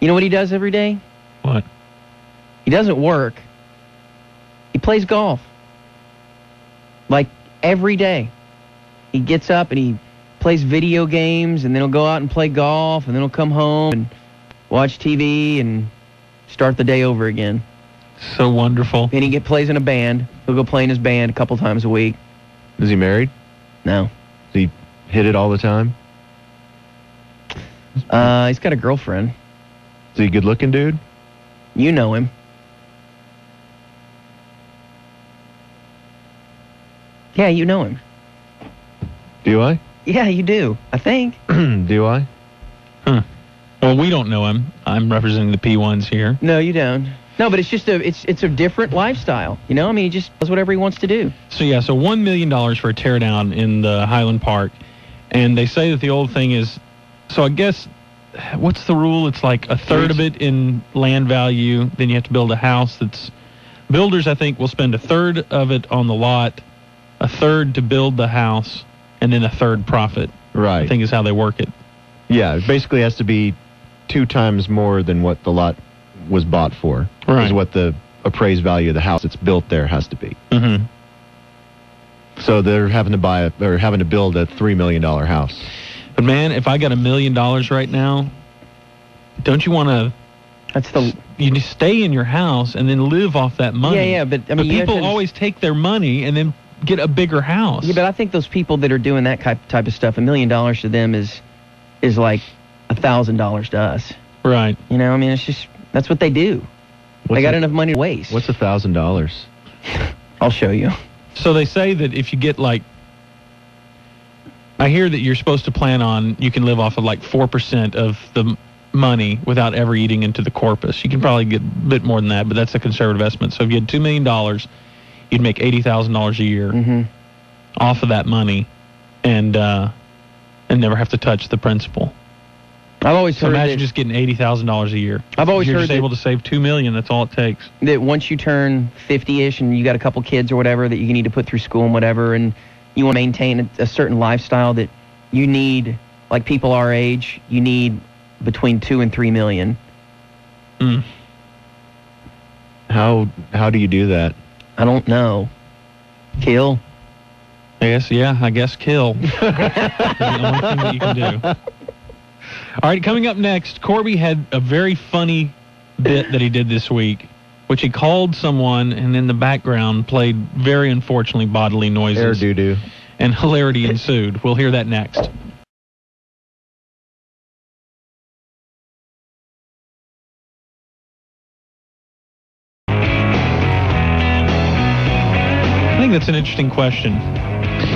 You know what he does every day?
What?
He doesn't work. He plays golf. Like every day. He gets up and he plays video games and then he'll go out and play golf and then he'll come home and watch TV and start the day over again.
So wonderful.
And he get, plays in a band. He'll go play in his band a couple times a week.
Is he married?
No.
Does he hit it all the time?
Uh, he's got a girlfriend.
Is he a good looking dude?
You know him. Yeah, you know him.
Do I?
Yeah, you do. I think.
<clears throat> Do I?
Huh. Well, we don't know him. I'm representing the P1s here.
No, you don't. No, but it's just a it's it's a different lifestyle. You know, I mean, he just does whatever he wants to do.
So yeah, so one million dollars for a teardown in the Highland Park, and they say that the old thing is, so I guess, what's the rule? It's like a third of it in land value. Then you have to build a house that's, builders I think will spend a third of it on the lot, a third to build the house, and then a third profit.
Right.
I think is how they work it.
Yeah, it basically has to be two times more than what the lot was bought for.
Right.
Is what the appraised value of the house that's built there has to be.
Mm-hmm.
So they're having to buy a, or having to build a three million dollar house.
But man, if I got a million dollars right now, don't you want to?
That's the
you just stay in your house and then live off that money.
Yeah, yeah, but, I mean, you have
people
to-
always take their money and then get a bigger house.
Yeah, but I think those people that are doing that type type of stuff, a million dollars to them is is like a thousand dollars to us.
Right.
You know, I mean, it's just that's what they do.
What's
they got
a-
enough money to waste.
What's a
<laughs>
thousand dollars?
I'll show you.
So they say that if you get like, I hear that you're supposed to plan on you can live off of like four percent of the m- money without ever eating into the corpus. You can probably get a bit more than that, but that's a conservative estimate. So if you had two million dollars, you'd make eighty thousand dollars a year
Mm-hmm.
off of that money, and uh, and never have to touch the principal.
I've always
So
heard
imagine
that-
just getting eighty thousand dollars a year.
I've always
If you're
heard
just
that-
able to save two million. That's all it takes.
that once you turn 50-ish and you got a couple kids or whatever that you need to put through school and whatever and you want to maintain a, a certain lifestyle that you need like people our age you need between two and three million Mm-hmm.
How how do you do that?
i don't know kill
I guess yeah. I guess
<laughs>
kill. the only thing that you
Mm-hmm.
can do. All right, coming up next, Corby had a very funny bit that he did this week, which he called someone and in the background played very unfortunately bodily noises.
Air doo doo.
And hilarity ensued. We'll hear that next. I think that's an interesting question.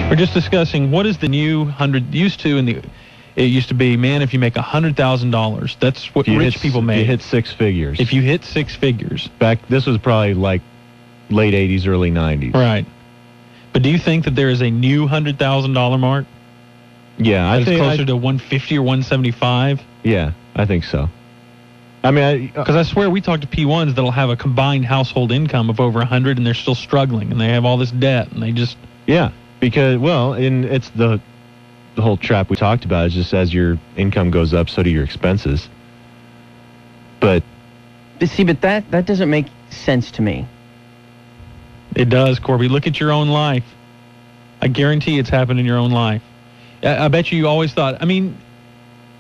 We're just discussing what is the new hundred used to in the. It used to be, man, if you make hundred thousand dollars, that's what
If you
rich
hit-
people
if
make.
You hit six figures.
if you hit six figures,
Back this was probably like late eighties, early nineties.
right? But do you think that there is a new hundred thousand dollar mark?
Yeah, I
That is
think I-
closer to one fifty or one seventy five.
yeah, I think so. I uh, mean,
because I, swear we talk to P1s that'll have a combined household income of over 100 and they're still struggling and they have all this debt and they just
Yeah, because well, and it's the the whole trap we talked about is just as your income goes up, so do your expenses. But
But see, but that that doesn't make sense to me.
It does, Corby. Look at your own life. I guarantee it's happened in your own life. I, I bet you you always thought, I mean,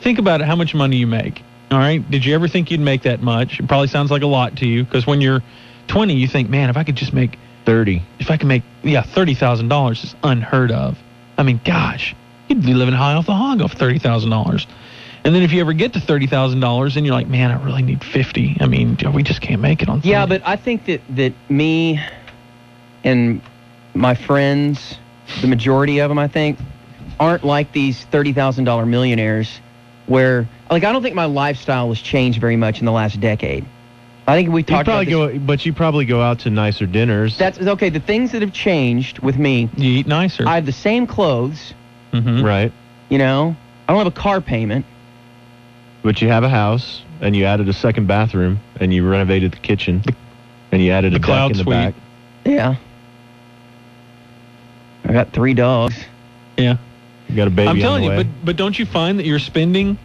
think about how much money you make. All right. Did you ever think you'd make that much? It probably sounds like a lot to you because when you're 20, you think, man, if I could just make
30,
if I could make, yeah, $30,000 is unheard of. I mean, gosh, you'd be living high off the hog off $30,000. And then if you ever get to $30,000 and you're like, man, I really need 50. I mean, we just can't make it on
Yeah, but I think that that me and my friends, the majority of them, I think, aren't like these thirty thousand dollar millionaires. Where like I don't think my lifestyle has changed very much in the last decade. I think we
You
talked
probably
about this
go, but you probably go out to nicer dinners.
that's okay. The things that have changed with me.
You eat nicer. Mm-hmm.
I have the same clothes.
Right.
You know, I don't have a car payment.
But you have a house, and you added a second bathroom, and you renovated the kitchen, and you added a deck
cloud
in the
suite.
back.
Yeah. I got three dogs.
Yeah.
You got a baby.
I'm
on
telling
the
you,
way.
but but don't you find that you're spending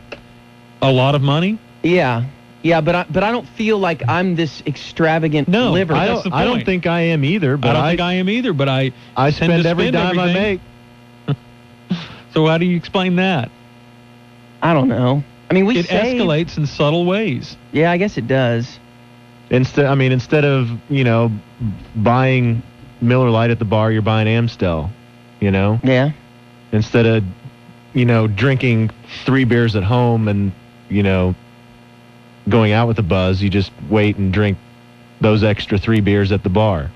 a lot of money?
Yeah, yeah, but I but I don't feel like I'm this extravagant
No,
liver.
I don't- I don't think
I am either.
I don't think I am either, but I
I
tend to
spend every dime I
everything. <laughs> so how do you explain that?
I don't know. I mean, we
it
save-
escalates in subtle ways.
Yeah, I guess it does.
Instead, I mean, instead of you know buying Miller Lite at the bar, you're buying Amstel. You know.
Yeah.
Instead of you know drinking three beers at home and you know going out with a buzz, you just wait and drink those extra three beers at the bar.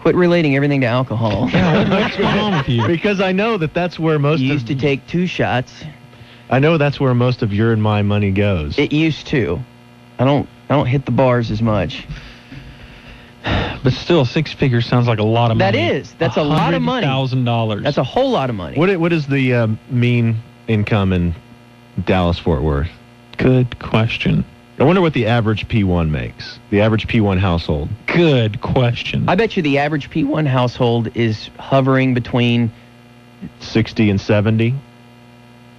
Quit relating everything to <laughs> alcohol.
Because I know that that's where most
you used to take two shots.
I know that's where most of your and my money goes.
It used to. I don't. I don't hit the bars as <sighs> much.
But still, six figures sounds like a lot of
That
money.
is. That's a lot of money.
Thousand dollars.
That's a whole lot of money.
What i- what is the um, mean income in Dallas Fort Worth?
Good question.
I wonder what the average P1 makes. The average P1 household.
Good question.
I bet you the average P1 household is hovering between
60 and 70.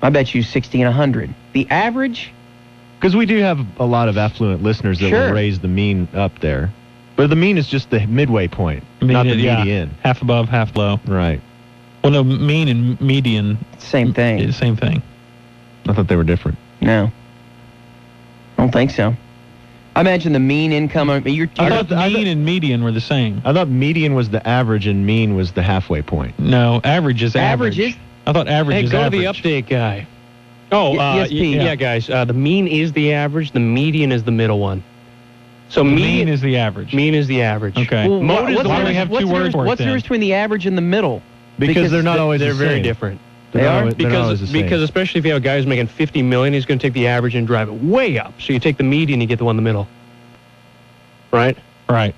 I bet you 60 and 100. The average?
Because we do have a lot of affluent listeners that
Sure.
will raise the mean up there. But the mean is just the midway point, not the
yeah,
median.
Half above, half low.
Right.
Well, no, mean and median.
Same thing.
is same thing.
I thought they were different.
No. I don't think so. I imagine the mean income. I mean, you're,
I
you're-
thought mean and median were the same.
I thought median was the average and mean was the halfway point.
No, average is average.
Average
is. I thought average
Hey,
is
go
average.
to the update guy. Oh,
Y-
uh,
yes,
y-
Pete.
yeah.
Yeah.
guys. Uh, the mean is the average. The median is the middle one. So
The
median
mean is the average.
mean is the average.
Okay.
Well,
Mode is
what's
the
the-
one we have
what's
two
the
words
difference-
for it
What's the
then.
difference between the average and the middle?
Because they're not
th-
always
They're
the
very
same.
different.
They're
They
not
are
always- they're not
because
always the same.
because especially if you have a guy who's making fifty million, he's going to take the average and drive it way up. So you take the median, you get the one in the middle. Right.
Right.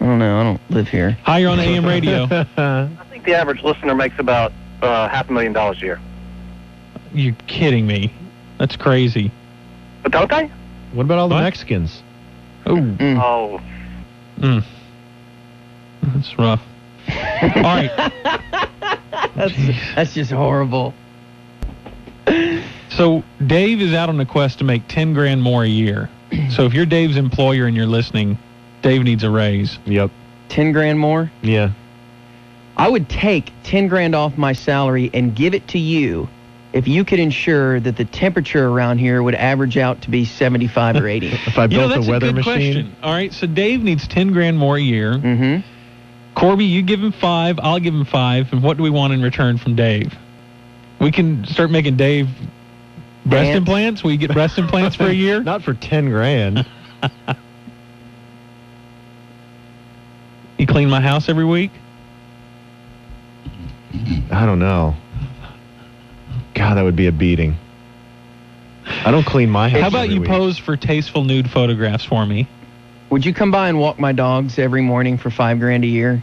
I don't know. I don't live here.
Hi, you're on AM radio.
<laughs>
I think the average listener makes about uh, half a million dollars a year.
You're kidding me. That's crazy.
But don't they?
What about all the Mexicans?
Oh.
Oh.
Mm. That's rough. All right.
that's, that's just horrible.
So Dave is out on a quest to make ten grand more a year. So if you're Dave's employer and you're listening, Dave needs a raise.
Yep.
Ten grand more?
Yeah.
I would take ten grand off my salary and give it to you if you could ensure that the temperature around here would average out to be 75 or
<laughs>
80. if
I
you know, that's a good Question. All right, so Dave needs ten grand more a year.
Mm-hmm.
Corby, you give him five. I'll give him five. And what do we want in return from Dave? We can start making Dave breast
Dance.
implants. We get breast implants for a year.
<laughs> Not for ten grand.
<laughs> You clean my house every week.
I don't know. God, that would be a beating. I don't clean my house.
How about
every
you
week.
pose for tasteful nude photographs for me?
Would you come by and walk my dogs every morning for five grand a year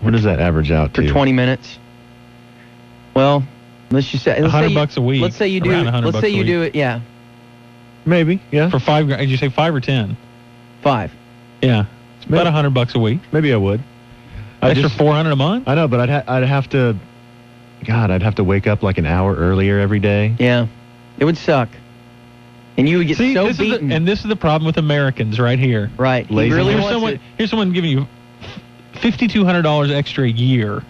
What does that average out
for
to?
20 minutes? Well, let's just say let's say
100
you-
bucks a week,
Let's say you do.
around 100
Let's
bucks
say
a
you
week.
do it. Yeah,
Maybe. Yeah.
For five grand, did you say five or ten?
Five.
Yeah, it's about a hundred bucks a week.
Maybe I would. I
Extra
just-
four hundred a month.
I know, but I'd ha- I'd have to. God, I'd have to wake up like an hour earlier every day.
yeah, it would suck, and you would get
See,
so
this is the-
beaten.
and this is the problem with Americans right here.
right. He
Lazy.
really
here's
wants
someone
it.
here's someone giving you fifty-two hundred dollars extra a year,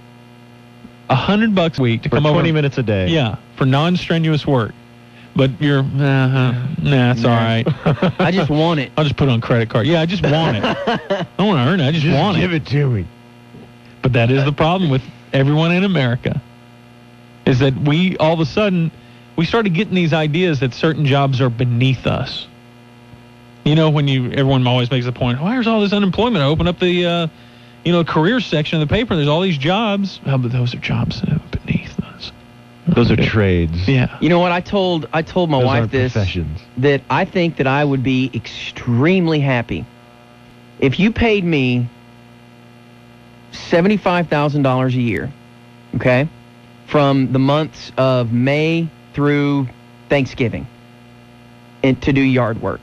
a hundred bucks a week to
For
come over
20 minutes a day.
Yeah, for non-strenuous work. But you're, uh, nah, it's
<laughs>
all right. I just want it. I'll just put it on credit card. Yeah, I just want it. I don't want to earn it. I just,
Just
want
give
it.
it to me.
But that is the problem with everyone in America, is that we all of a sudden we started getting these ideas that certain jobs are beneath us. You know, when you everyone always makes the point, why is all this unemployment? I open up the, uh, you know, career section of the paper. and There's all these jobs. Oh, but those are jobs that are beneath us.
Those are trades.
Yeah.
You know what? I told I told my
Those
wife
aren't
this
professions.
that I think that I would be extremely happy if you paid me seventy five thousand dollars a year, okay, from the months of May through Thanksgiving, and to do yard work.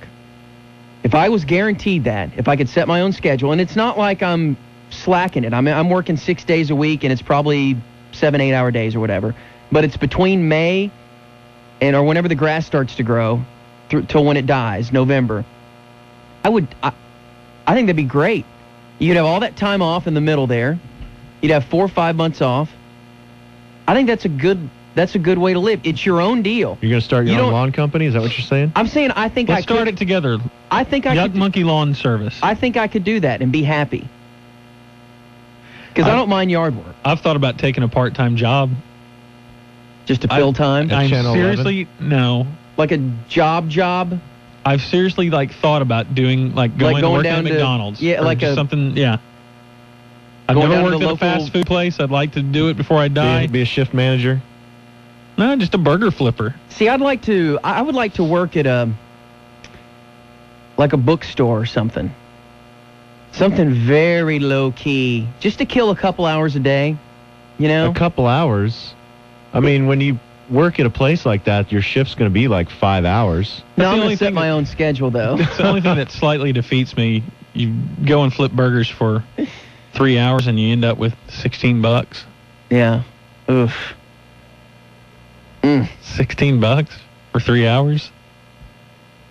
If I was guaranteed that, if I could set my own schedule, and it's not like I'm slacking it. I mean, I'm working six days a week, and it's probably seven, eight hour days or whatever. But it's between May and or whenever the grass starts to grow, thr till when it dies, November. I would, I, I think that'd be great. You'd have all that time off in the middle there. You'd have four or five months off. I think that's a good. That's a good way to live. It's your own deal.
You're going to start your
You
own
don't-
lawn company? Is that what you're saying?
I'm saying I think
Let's
I
start
could,
it together.
I think I
Yuck
could do-
Monkey Lawn Service.
I think I could do that and be happy. Because I, don't mind yard work.
I've thought about taking a part-time job.
Just to fill time? At
I'm
Channel 11?
seriously no.
Like a job job.
I've seriously like thought about doing like going,
Like going
working
down
at
to-
McDonald's.
yeah,
or
like
just
a-
something. Yeah. I've
Going
never
down to
worked
the
at a
local-
fast food place. I'd like to do it before I die.
Be, be a shift manager.
No, just a burger flipper.
See, I'd like to. I I would like to work at a like a bookstore or something. Something very low key, just to kill a couple hours a day. You know,
A couple hours. I mean, when you work at a place like that, your shift's going to be like five hours.
no, I'm gonna set my own schedule
<laughs>
though. <laughs>
It's the only thing that slightly defeats me. You go and flip burgers for three hours and you end up with sixteen bucks.
Yeah. Oof. Mm.
Sixteen bucks for three hours.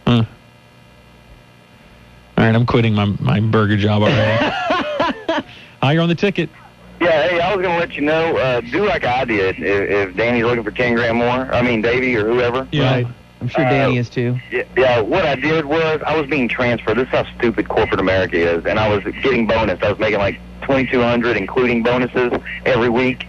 Huh. All right, I'm quitting my my burger job already.
<laughs>
Higher on the ticket.
Yeah, hey, I was gonna let you know. Uh, do like I did. If, if Danny's looking for ten grand more, I mean Davey or whoever.
Yeah. I'm
Uh,
sure Danny is too.
Yeah, yeah, what I did was I was being transferred. This is how stupid corporate America is, and I was getting bonus. I was making like twenty two hundred, including bonuses every week.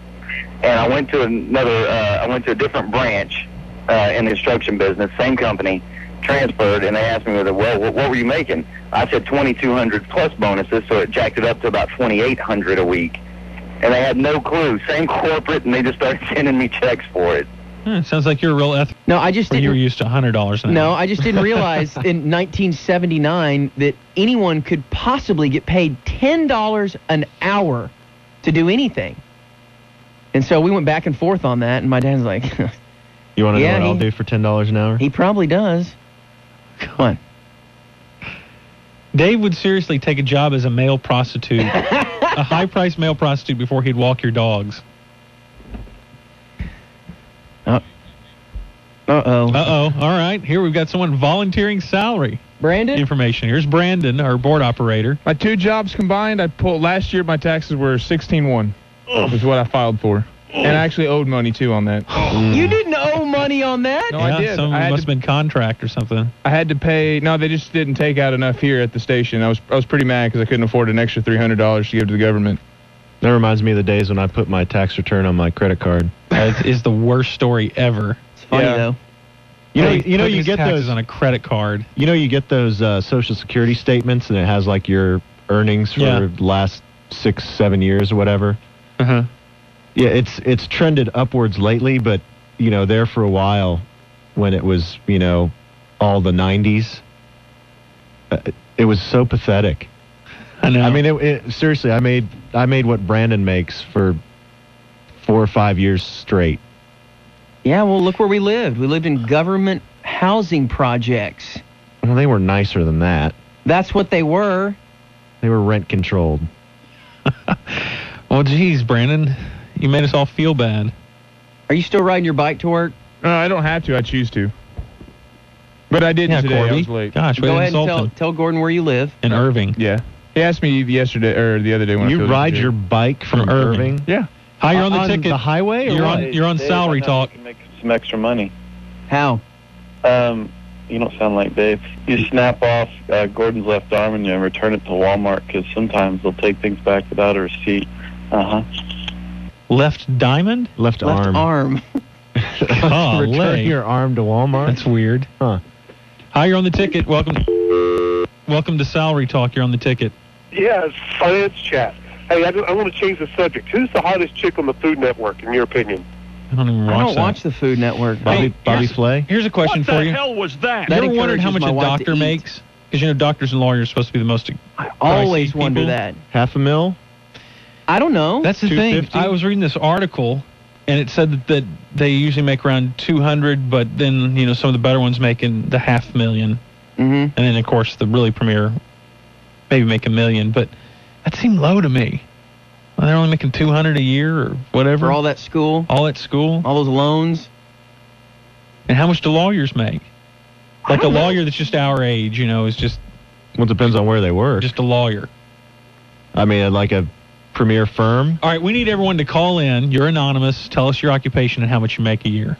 And I went to another. Uh, I went to a different branch uh, in the construction business, same company, transferred, and they asked me, "Well, what, what were you making?" I said twenty two hundred plus bonuses, so it jacked it up to about twenty eight hundred a week. And they had no clue. Same corporate, and they just started <laughs> sending me checks for it.
Hmm, sounds like you're a real eth.
No, I just
didn't. You were used to hundred dollars an
No,
hour.
I just didn't realize
<laughs>
in 1979 that anyone could possibly get paid $10 an hour to do anything. And so we went back and forth on that, and my dad's like, <laughs>
You want to
Yeah,
know what I'll
he-
do for $10 an hour?
he probably does. Come on.
Dave would seriously take a job as a male prostitute, a high-priced male prostitute, before he'd walk your dogs.
Uh oh.
Uh oh. All right. Here we've got someone volunteering salary.
Brandon?
Information. Here's Brandon, our board operator.
My two jobs combined, I pulled last year. My taxes were sixteen one, was what I filed for, and I actually owed money too on that.
You didn't owe money on that?
No, I
Yeah,
did.
Some
I had
must
to-
have been contract or something.
I had to pay. No, they just didn't take out enough here at the station. I was I was pretty mad because I couldn't afford an extra three hundred dollars to give to the government.
That reminds me of the days when I put my tax return on my credit card.
That is the worst story ever. It's
funny though.
You know,
Hey,
you know,
putting
you
his
get
taxes
those.
on a credit card.
You know, you get those uh, social security statements, and it has like your earnings for
Yeah.
the last six, seven years or whatever.
Uh huh.
Yeah, it's it's trended upwards lately, but you know, there for a while, when it was you know, all the '90s, uh, it was so pathetic.
I know.
I mean, it, it, seriously, I made I made what Brandon makes for four or five years straight.
Yeah, well, look where we lived. We lived in government housing projects.
Well, they were nicer than that.
That's what they were.
They were rent controlled.
Well, Oh, geez, Brandon, you made us all feel bad.
Are you still riding your bike to work?
No, I don't have to. I choose to. But I didn't
Yeah,
today. I
Corby.
was late.
Gosh, we
Go
had
ahead and
insulted
tell,
him.
tell Gordon where you live.
And Irving.
Yeah. He asked me yesterday or the other day when I
You
filled in
ride
here.
your bike from Irving?
Yeah.
Hi, you're on the ticket.
The highway? Or
You're
what?
on. You're on
Dave,
salary
I know you
talk.
can Make some extra money.
How?
Um, you don't sound like Dave. You snap off uh, Gordon's left arm and you return it to Walmart because sometimes they'll take things back without a receipt. Uh huh.
Left diamond?
Left, arm.
arm.
Oh,
<laughs> Return your arm to Walmart.
That's weird.
Huh.
Hi, you're on the ticket. Welcome. Welcome to salary talk. You're on the ticket.
Yeah, it's finance chat. Hey, I, I want to change the subject. Who's the hottest chick on the Food Network, in your
<laughs>
opinion?
I don't even watch
I don't
that.
watch
the Food Network.
Hey, here's- Here's a question
What
for
the
you.
hell was that?
You
That
ever wondered how
encourages
much
my
a
wife to
doctor
eat.
makes? Because you know doctors and lawyers are supposed to be the most. I
always wonder that.
Half a mil.
I don't know.
That's the thing.
250?
I was reading this article, and it said that, that they usually make around 200, but then you know some of the better ones making the half 1000000
Mm-hmm. And
then of course the really premier, maybe make a million, but that seemed low to me. Well, they're only making 200 a year or whatever.
For all that school.
All that school.
All those loans.
And how much do lawyers make? Like a lawyer that's just our age, you know, is just
Well, it depends on where they work.
just a lawyer.
I mean, like a premier firm.
All right, we need everyone to call in. You're anonymous. Tell us your occupation and how much you make a year.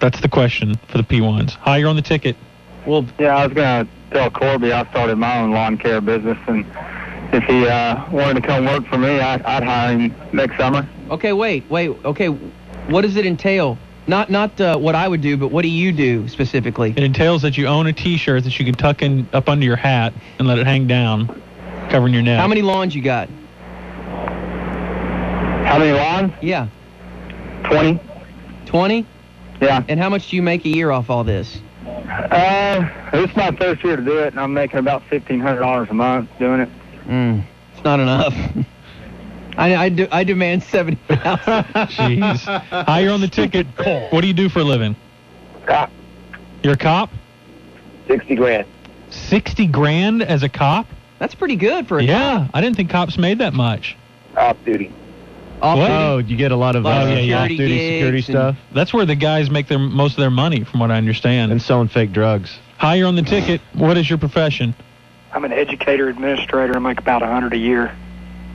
That's the question for the P1s. Hi, you're on the ticket.
Well,
yeah, I was gonna tell Corby I started my own lawn care business, and if he uh, wanted to come work for me, I, I'd hire him next summer.
Okay, wait, wait. Okay, what does it entail? Not not uh, what I would do, but what do you do specifically?
It entails that you own a T-shirt that you can tuck in up under your hat and let it hang down, covering your neck.
How many lawns you got?
How many lawns?
Yeah.
Twenty.
Twenty?
Yeah.
And how much do you make a year off all this?
Uh, it's my first year to do it, and I'm making about fifteen hundred dollars a month doing it.
Mm, it's not enough. <laughs> I I, do, I demand seventy
<laughs>
thousand.
Jeez. Hi, you're on the ticket. What do you do for a living?
Cop.
You're a cop.
Sixty grand.
Sixty grand as a cop?
That's pretty good for a
yeah. I didn't think cops made that much.
Off duty.
Off
What?
Oh, you get a lot of,
Lot of
uh,
security
off-duty
gigs
security
and-
stuff.
That's where the guys make their most of their money, from what I understand. And
selling fake drugs.
Hi, you're on the ticket. What is your profession?
I'm an educator administrator. I make about a hundred a year,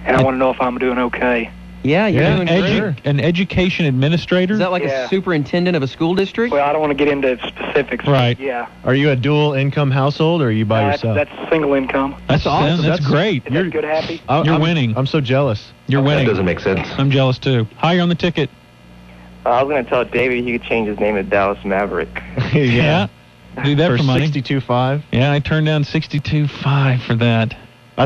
and I want to know if I'm doing okay.
Yeah, you're doing
edu-
great.
an education administrator.
Is that like
Yeah.
a superintendent of a school district?
Well, I don't want to get into specifics. but
Right.
Yeah.
Are you a dual income household, or are you by
That's-
yourself?
That's single income.
That's awesome. That's great.
Is that good, happy?
I-
You're
I'm-
winning.
I'm so jealous.
You're winning.
doesn't make sense.
I'm jealous too. Hi, you're on the
<laughs>
ticket.
Uh, I was going to tell David he could change his name to Dallas Maverick.
yeah. Do that for,
For
money.
62.5.
Yeah, I turned down 62.5 for that.
I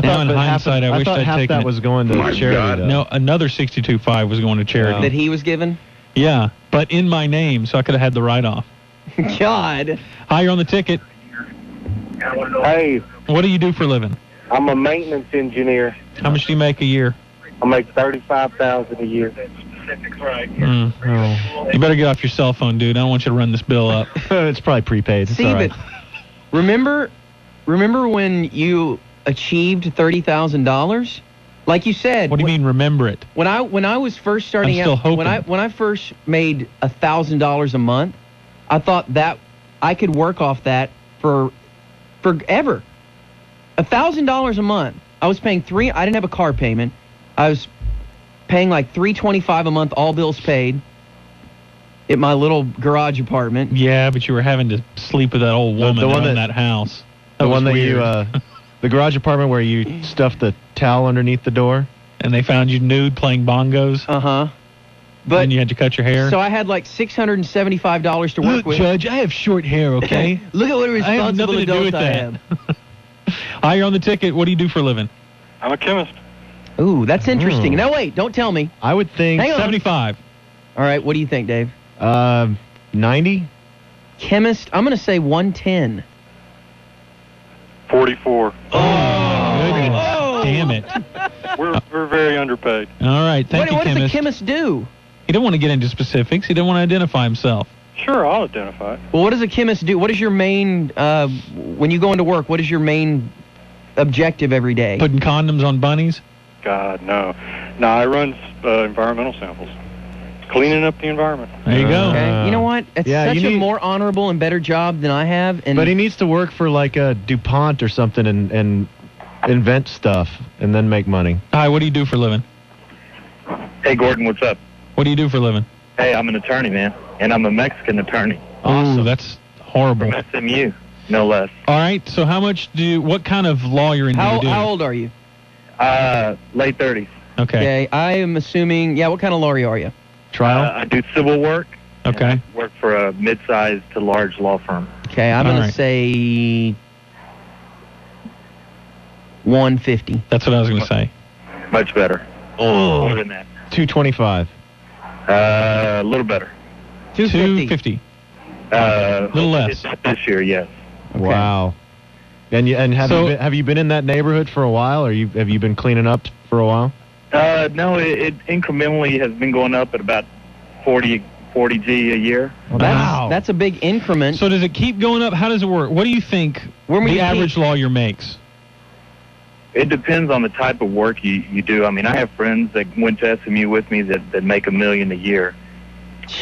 now
thought
in
that half-
hindsight, I,
I
wish
thought
I'd
half
taken
that
it.
was going to My charity, God. though.
No, another 62.5 was going to charity.
That he
<laughs>
was given?
Yeah, but in my name, so I could have had the write-off.
God.
Hi, you're on the ticket.
Hey,
What do you do for a living?
I'm a maintenance engineer.
How much do you make a year?
I make thirty-five thousand a year.
Mm, no. You better get off your cell phone, dude. I don't want you to run this bill up.
<laughs> it's probably prepaid.
It's
See, but remember, remember when you achieved thirty thousand dollars? Like you said.
What do you mean? Remember it?
When I when I was first starting
I'm still
out,
hoping.
when I when I first made a thousand dollars a month, I thought that I could work off that for forever. A thousand dollars a month. I was paying three. I didn't have a car payment. I was paying like three twenty five a month, all bills paid, at my little garage apartment.
Yeah, but you were having to sleep with that old
The-
woman
the one
in
that-
that house.
the
was
one that
weird.
you, uh, the garage apartment
<laughs>
where you stuffed the towel underneath the door.
and they found you nude playing bongos.
Uh huh.
But and you had to cut your hair.
So I had like six hundred and seventy five dollars to work with.
I have
<laughs>
short hair,
Look at what a
I have
responsible
nothing to do
adult
with
I
that.
am.
Hi, you're on the ticket. What do you do for a living?
I'm a chemist.
Ooh, that's
Hmm.
interesting. No, wait, don't tell me.
I would think
Hang on.
75.
All right, what do you think, Dave?
Uh,
Um, 90?
Chemist, I'm going to say 110.
Forty-four.
Damn it.
<laughs>
Uh, We're we're very underpaid.
All right,
What-
thank you,
what does a
chemist.
chemist do?
He didn't want to get into specifics. He didn't want to identify himself.
Sure, I'll identify.
Well, what does a chemist do? What is your main, uh, when you go into work, what is your main objective every day?
Putting condoms on bunnies.
God, no. No, I run uh, environmental samples, cleaning up the environment.
There you go.
Okay, you know what? It's
Yeah,
such
you
a
need-
more honorable and better job than I have. And
but he needs to work for like a DuPont or something and, and invent stuff and then make money.
Hi, what do you do for a living?
Hey, Gordon, what's up?
What do you do for a living?
Hey, I'm an attorney, man, and I'm a Mexican attorney
Awesome. that's horrible.
from SMU, no less.
All right. So how much do you, what kind of lawyering do
How-
you do?
how
How old are you?
Uh, late 30s.
Okay.
Okay. I am assuming. Yeah. What kind of lawyer are you?
Trial.
Uh, I do civil work.
Okay.
Work for a mid-sized to large law firm.
Okay. I'm
All
gonna
right.
say 150.
That's what I was gonna say.
Much better.
Oh.
More than that.
225.
Uh, a little better.
250.
Uh,
Little less.
This year, yes.
Wow. And you, and have
So-
you been, have you been in that neighborhood for a while, or you have you been cleaning up for a while?
Uh, no, it, it incrementally has been going up at about 40, 40 G a year.
wow.
That's a big increment.
So does it keep going up? How does it work? What do you think
When we
the
keep-
average lawyer makes?
It depends on the type of work you, you do. I mean, I have friends that went to SMU with me that, that make a million a year.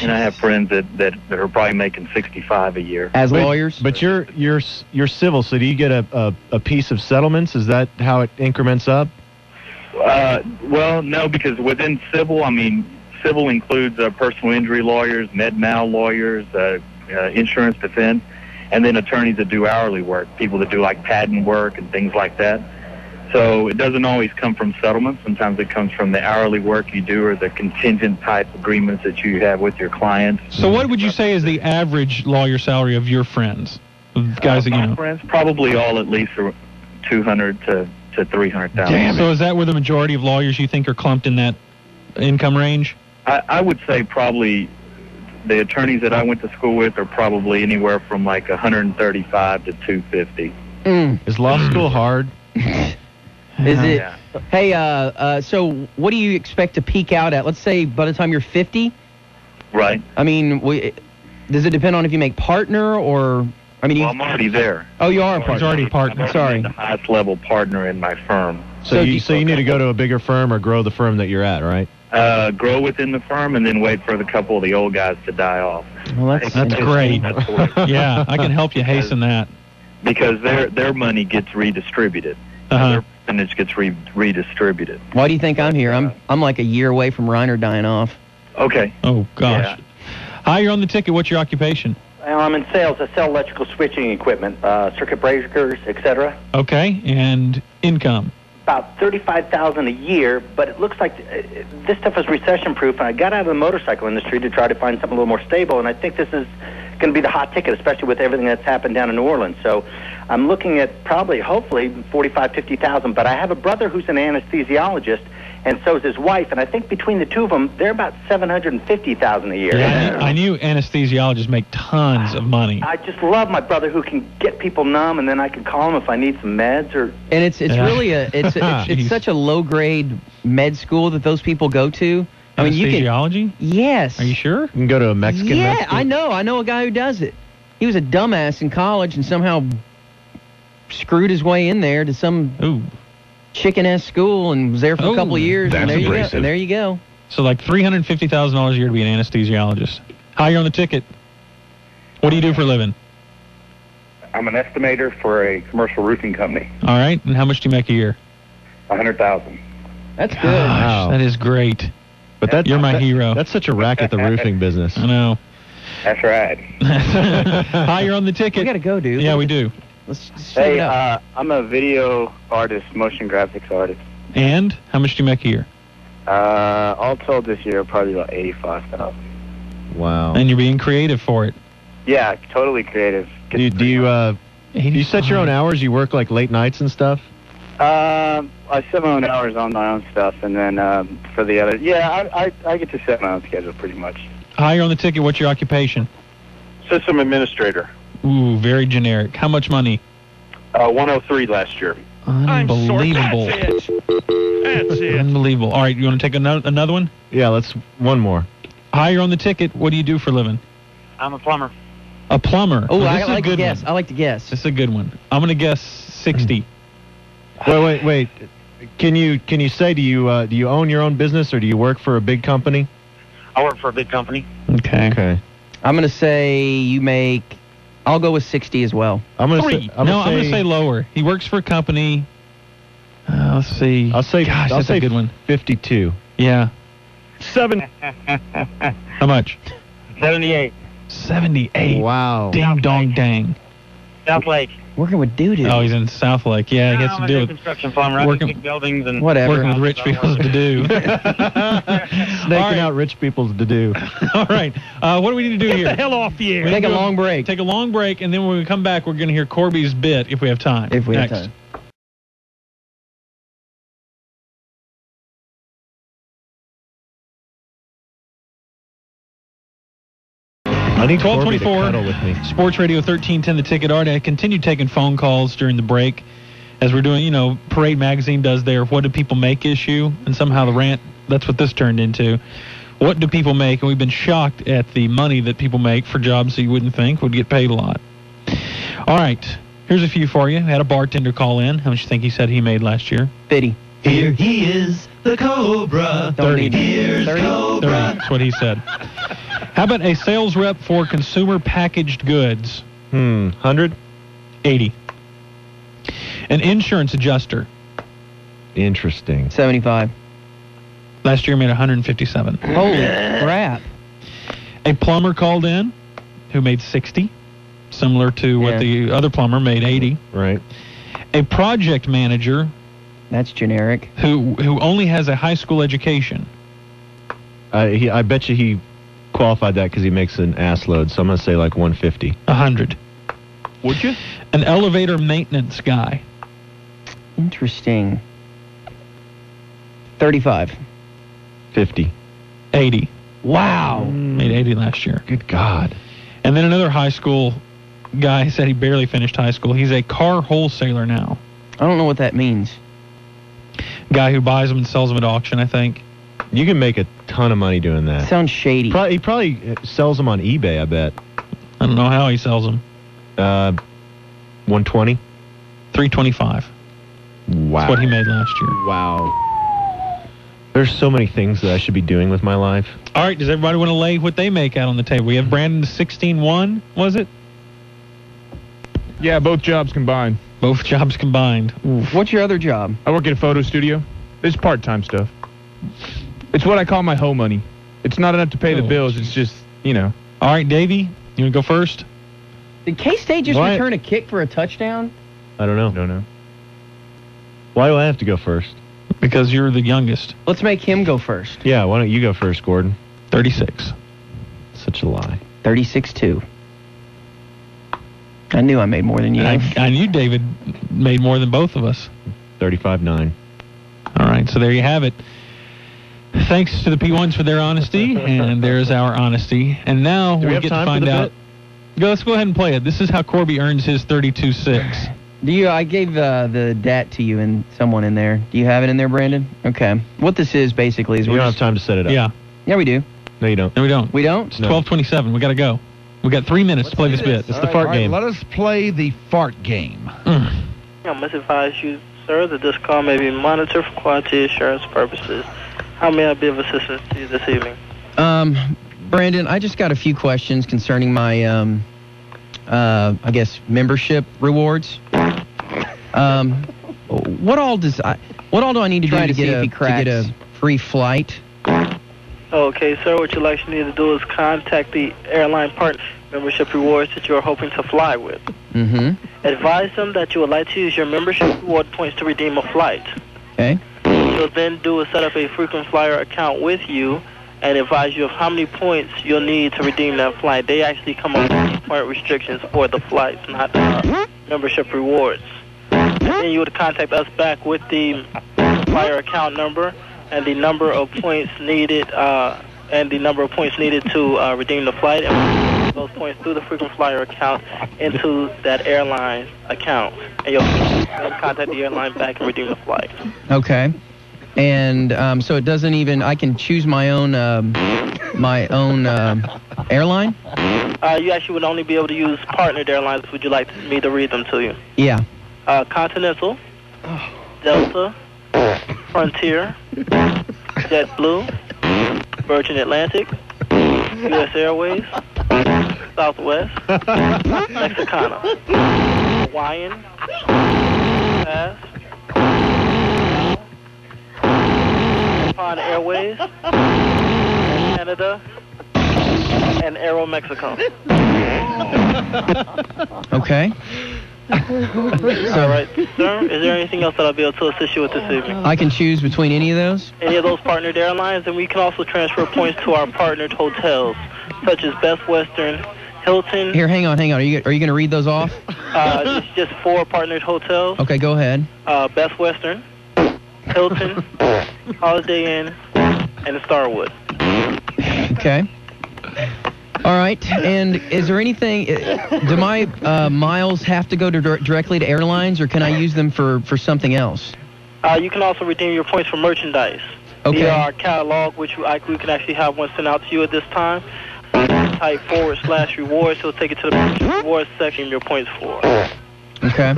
And I have friends that, that, that are probably making 65 a year.
But- But you're you're s- you're civil, so do you get a, a, a piece of settlements? Is that how it increments up?
Uh, well, no, because within civil, I mean, civil includes uh, personal injury lawyers, med mal lawyers, uh, uh, insurance defense, and then attorneys that do hourly work, people that do like patent work and things like that. So it doesn't always come from settlements. Sometimes it comes from the hourly work you do or the contingent type agreements that you have with your clients.
So what would you say is the average lawyer salary of your friends, the guys that you know?
Friends, probably all at least are 200 to to 300,000.
So is that where the majority of lawyers you think are clumped in that income range?
I, I would say probably the attorneys that I went to school with are probably anywhere from like 135 to 250.
Is law school hard?
Is it?
Uh-huh. Yeah.
Hey, uh, uh, so what do you expect to peak out at? Let's say by the time you're 50.
Right.
I mean, we, does it depend on if you make partner or? I mean, you,
Well, I'm already there.
oh, you are a partner.
partner. Sorry. The highest level partner in my firm.
So, you so you need to go to a bigger firm or grow the firm that you're at, right?
uh, grow within the firm and then wait for the couple of the old guys to die off.
Well,
that's
That's great.
That's the
<laughs>
way-
yeah, I can help you hasten that.
because their their money gets redistributed.
Uh-huh.
Percentage gets re- redistributed.
Why do you think I'm here? I'm I'm like a year away from Reiner dying off.
Okay.
Oh gosh. Hi, you're on the ticket. What's your occupation?
Well, I'm in sales. I sell electrical switching equipment, uh, circuit breakers, etc.
Okay, and income.
About thirty-five thousand a year, but it looks like uh, this stuff is recession-proof. And I got out of the motorcycle industry to try to find something a little more stable. And I think this is going to be the hot ticket, especially with everything that's happened down in New Orleans. So I'm looking at probably, hopefully, forty-five, fifty thousand. But I have a brother who's an anesthesiologist, and so is his wife. And I think between the two of them, they're about seven hundred and fifty thousand a year.
Yeah, I knew, I knew anesthesiologists make tons of money.
I just love my brother who can get people numb, and then I can call him if I need some meds or.
And it's it's
Uh-huh.
Yeah.
really a
<laughs>
it's <laughs> it's, it's
Jeez.
such a low grade med school that those people go to. I mean, you can
Anesthesiology?
yes. Are you
sure? You
can go to a Mexican.
yeah,
med school.
I know. I know a guy who does it. He was a dumbass in college and somehow screwed his way in there to some chicken ass school and was there for
Oh,
a couple of years.
that's
and there you
abrasive.
go. And there you go.
So like three hundred fifty thousand dollars a year to be an anesthesiologist. Hi, you're on the ticket. What do you do for a living?
I'm an estimator for a commercial roofing company.
All right, and how much do you make a year?
A hundred thousand.
That's good.
That is great.
But that,
you're my
that-
hero.
That's such a rack at the roofing
<laughs>
business.
I know.
That's right.
Hi, you're on the ticket. We
gotta go, dude.
Yeah, we do.
Hey, uh, I'm a video artist, motion graphics artist.
And how much do you make a year?
Uh, all told this year, probably about eighty-five thousand.
Wow.
And you're being creative for it.
Yeah, totally creative.
Do you, do you uh, do you set your own hours? You work like late nights and stuff.
Um, I set my own hours on my own stuff, and then um, for the other, yeah, I, I I get to set my own schedule pretty much.
Hi, you're on the ticket. What's your occupation?
System administrator,
Ooh, very generic. How much money?
uh, 103 last year.
Unbelievable. That's it. Unbelievable. All right, you want to take another another one?
Yeah, let's one more.
Hi, you're on the ticket. What do you do for a living?
I'm a plumber.
A plumber.
Oh,
this
I
is a
like to
good
guess.
one.
I like to guess.
This is a good one. I'm gonna guess sixty.
Hmm. Wait, wait, wait. Can you can you say do you uh, do you own your own business or do you work for a big company?
I work for a big company.
Okay.
Okay.
I'm gonna say you make. I'll go with sixty as well.
I'm gonna
Three. no, I'm gonna say lower. He works for a company. Uh, let's see.
I'll say.
Gosh,
I'll
that's
say
a good one.
Fifty-two. <laughs>
Yeah.
Seven.
How much?
78.
78.
Wow.
Ding dong dang.
South Lake.
Working with doo doo.
Oh, he's in South Lake. Yeah, he has
I'm
to
a
do
big
with
construction farmer. I
working-
do big buildings and
Working with rich people's to do. Snaking
out rich people's to
<laughs>
do.
All right. Uh, what do we need to do
Get
here?
the hell off the air.
We
Take
need to
a
do
long
break.
Take a long break, and then when we come back, we're going to hear Corby's bit if we have time.
If we have
Next.
time.
I need Corby to
1224.
cuddle with me.
Sports Radio 1310, the ticket. Art, I continue taking phone calls during the break as we're doing, you know, Parade Magazine does their What Do People Make issue, and somehow the rant, that's what this turned into. What do people make? And we've been shocked at the money that people make for jobs that you wouldn't think would get paid a lot. All right, here's a few for you. Had a bartender call in. How much you think he said he made last year?
50.
Here he is, the Cobra. 30. Here's 30. Cobra. That's what he said. How about a sales rep for consumer packaged goods?
Hmm. Hundred.
80. An insurance adjuster.
Interesting.
75.
Last year made 157.
Holy crap.
A plumber called in who made 60, similar to what
Yeah.
the other plumber made 80.
Right.
A project manager
That's generic.
who who only has a high school education.
I he, I bet you he qualified that because he makes an ass load. So I'm gonna say like 150.
100.
Would you?
An elevator maintenance guy.
Interesting. 35.
50.
80.
Wow.
Made 80 last year.
Good God.
And then another high school guy said he barely finished high school. He's a car wholesaler now.
I don't know what that means.
Guy who buys them and sells them at auction, I think.
You can make a ton of money doing that.
Sounds shady.
Probably, he probably uh, sells them on eBay. I bet.
I don't know how he sells them.
Uh, 120.
325.
Wow.
That's what he made last year.
Wow. There's so many things that I should be doing with my life.
All right, does everybody want to lay what they make out on the table? We have Brandon 16-1, was it?
Yeah, both jobs combined.
Both jobs combined.
What's your other job?
I work at a photo studio. It's part-time stuff. It's what I call my hoe money. It's not enough to pay the bills. It's just, you know.
Oh. All right, Davey, you want to go first?
Did K State just
Why-
return a kick for a touchdown?
I don't know.
don't know.
Why do I have to go first?
Because you're the youngest.
Let's make him go first.
Yeah, why don't you go first, Gordon?
36.
Such a lie.
36 2. I knew I made more than you.
I, I knew David made more than both of us.
35 9.
All right, so there you have it. Thanks to the P1s for their honesty, and there's our honesty. And now
Do we
we,
have
get to
time for
find
the
out. Go, let's go ahead and play it. This is how Corby earns his 32-6.
Do you? I gave uh, the dat to you and someone in there. Do you have it in there, Brandon? Okay. What this is basically is
You
we're
don't have
just,
time to set it up.
Yeah,
yeah we do.
No, you don't.
no, we don't.
We don't.
It's 12:27. We got to go. We got three minutes to play this bit.
It's the fart game.
let us play the fart game.
Mm.
I must advise you, sir, that this call may be monitored for quality assurance purposes. How may I be of assistance to you this evening?
Um, Brandon, I just got a few questions concerning my, um, uh, I guess, membership rewards. Um, what all does I? What all do I need to do
Trying to
to
see
get,
if
a,
he
to get
cracks.
a free flight?
Okay, sir, what you'll actually need to do is contact the airline partner membership rewards that you are hoping to fly with.
Mm-hmm.
Advise them that you would like to use your membership reward points to redeem a flight.
Okay.
You'll then do is set up a frequent flyer account with you and advise you of how many points you'll need to redeem that flight. They actually come up with point restrictions for the flights, not uh, membership rewards. Then you would contact us back with the flyer account number and the number of points needed uh, and the number of points needed to uh, redeem the flight and those points through the frequent flyer account into that airline account and you'll then contact the airline back and redeem the flight.
Okay. And um, so it doesn't even. I can choose my own, um, my own um airline.
Uh, you actually would only be able to use partnered airlines. Would you like me to read them to you?
Yeah.
Uh, Continental, Delta, Frontier, JetBlue, Virgin Atlantic, U.S. Airways, Southwest, Mexicana, Hawaiian, Pass, Nippon Airways, Canada, and Aero Mexico.
Okay.
All right, sir. Is there anything else that I'll be able to assist you with this evening?
I can choose between any of those.
Any of those partnered airlines, and we can also transfer points to our partnered hotels, such as Best Western, Hilton.
Here, hang on, hang on. Are you are you going to read those off?
Uh, it's just four partnered hotels.
Okay, go ahead.
uh, Best Western, Hilton, Holiday Inn, and Starwood.
Okay. All right. And is there anything? Do my uh, miles have to go to dir- directly to airlines, or can I use them for for something else?
Uh, you can also redeem your points for merchandise
Okay.
via our catalog, which I, we can actually have one sent out to you at this time. Type forward slash rewards. It'll take it to the rewards section. Your points for.
Okay.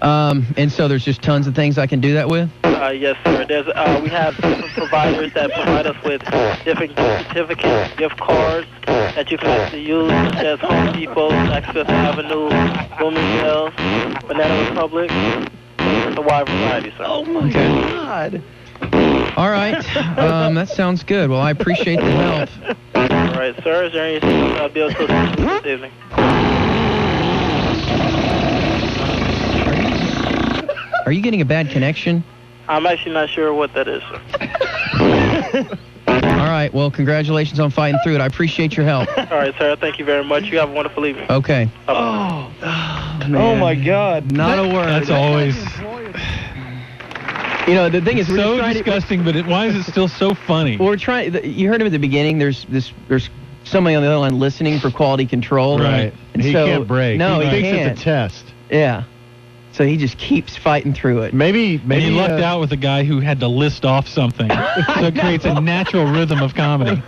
Um, and so there's just tons of things I can do that with.
Uh, yes, sir. There's, uh, we have different providers that provide us with different gift certificates, gift cards that you can actually use, such as Home Depot, Access Avenue, Bloomingdale, Banana Republic. It's a wide variety, sir. Oh, my
God. All right. Um, that sounds good. Well, I appreciate the help.
All right, sir. Is there anything else I'll be able to assist you this evening?
Are you getting a bad connection?
I'm actually not sure what that is, sir.
<laughs> All right. Well, congratulations on fighting through it. I appreciate your help.
All right, sir. Thank you very much. You have a wonderful evening.
Okay.
Oh,
man.
my
God. Not a word.
That's always.
You know, the thing is, we're just
so
trying to-
disgusting, but it, why is it
<laughs>
still so funny?
Well, we're trying. th- You heard him at the beginning. There's this. There's somebody on the other line listening for quality control.
Right.
And
He
so-
can't break.
No,
He
he,
thinks
can't.
it's a test.
Yeah. So he just keeps fighting through it.
Maybe. uh,
and you lucked out with a guy who had to list off something, so it creates a natural rhythm of comedy.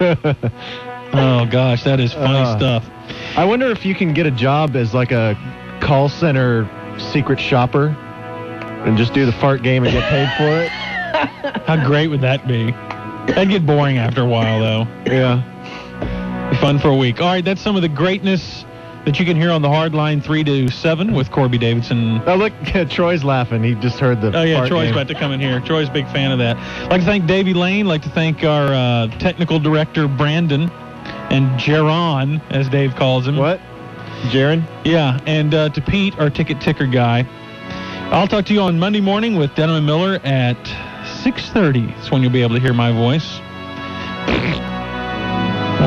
oh gosh, that is funny
Uh,
stuff.
I wonder if you can get a job as like a call center secret shopper and just do the fart game and get paid
<laughs>
for it.
How great would that be? That'd get boring after a while, though.
Yeah.
Be fun for a week. All right, that's some of the greatness that you can hear on the hard line three to seven with Corby Davidson.
Oh look, <laughs> Troy's laughing. He just heard the.
Oh yeah,
fart
Troy's
game.
about to come in here. Troy's a big fan of that. I'd like to thank Davey Lane. Like to thank our uh, technical director Brandon and Jaron, as Dave calls him. What?
Jaron?
Yeah, and uh, to Pete, our ticket ticker guy. I'll talk to you on Monday morning with Denham and Miller at 6:30. That's when you'll be able to hear my voice.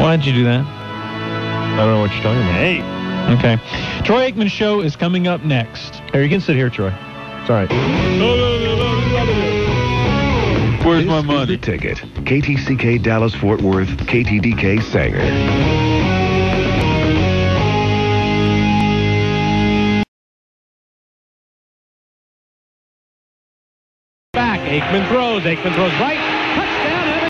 Why'd you do that?
I don't know what you're talking about. Hey.
Okay. Troy Aikman show is coming up next.
Here, you can sit here, Troy. It's all right.
Where's my money? The ticket. KTCK Dallas Fort Worth, KTDK Sanger.
Back. Aikman throws. Aikman throws right.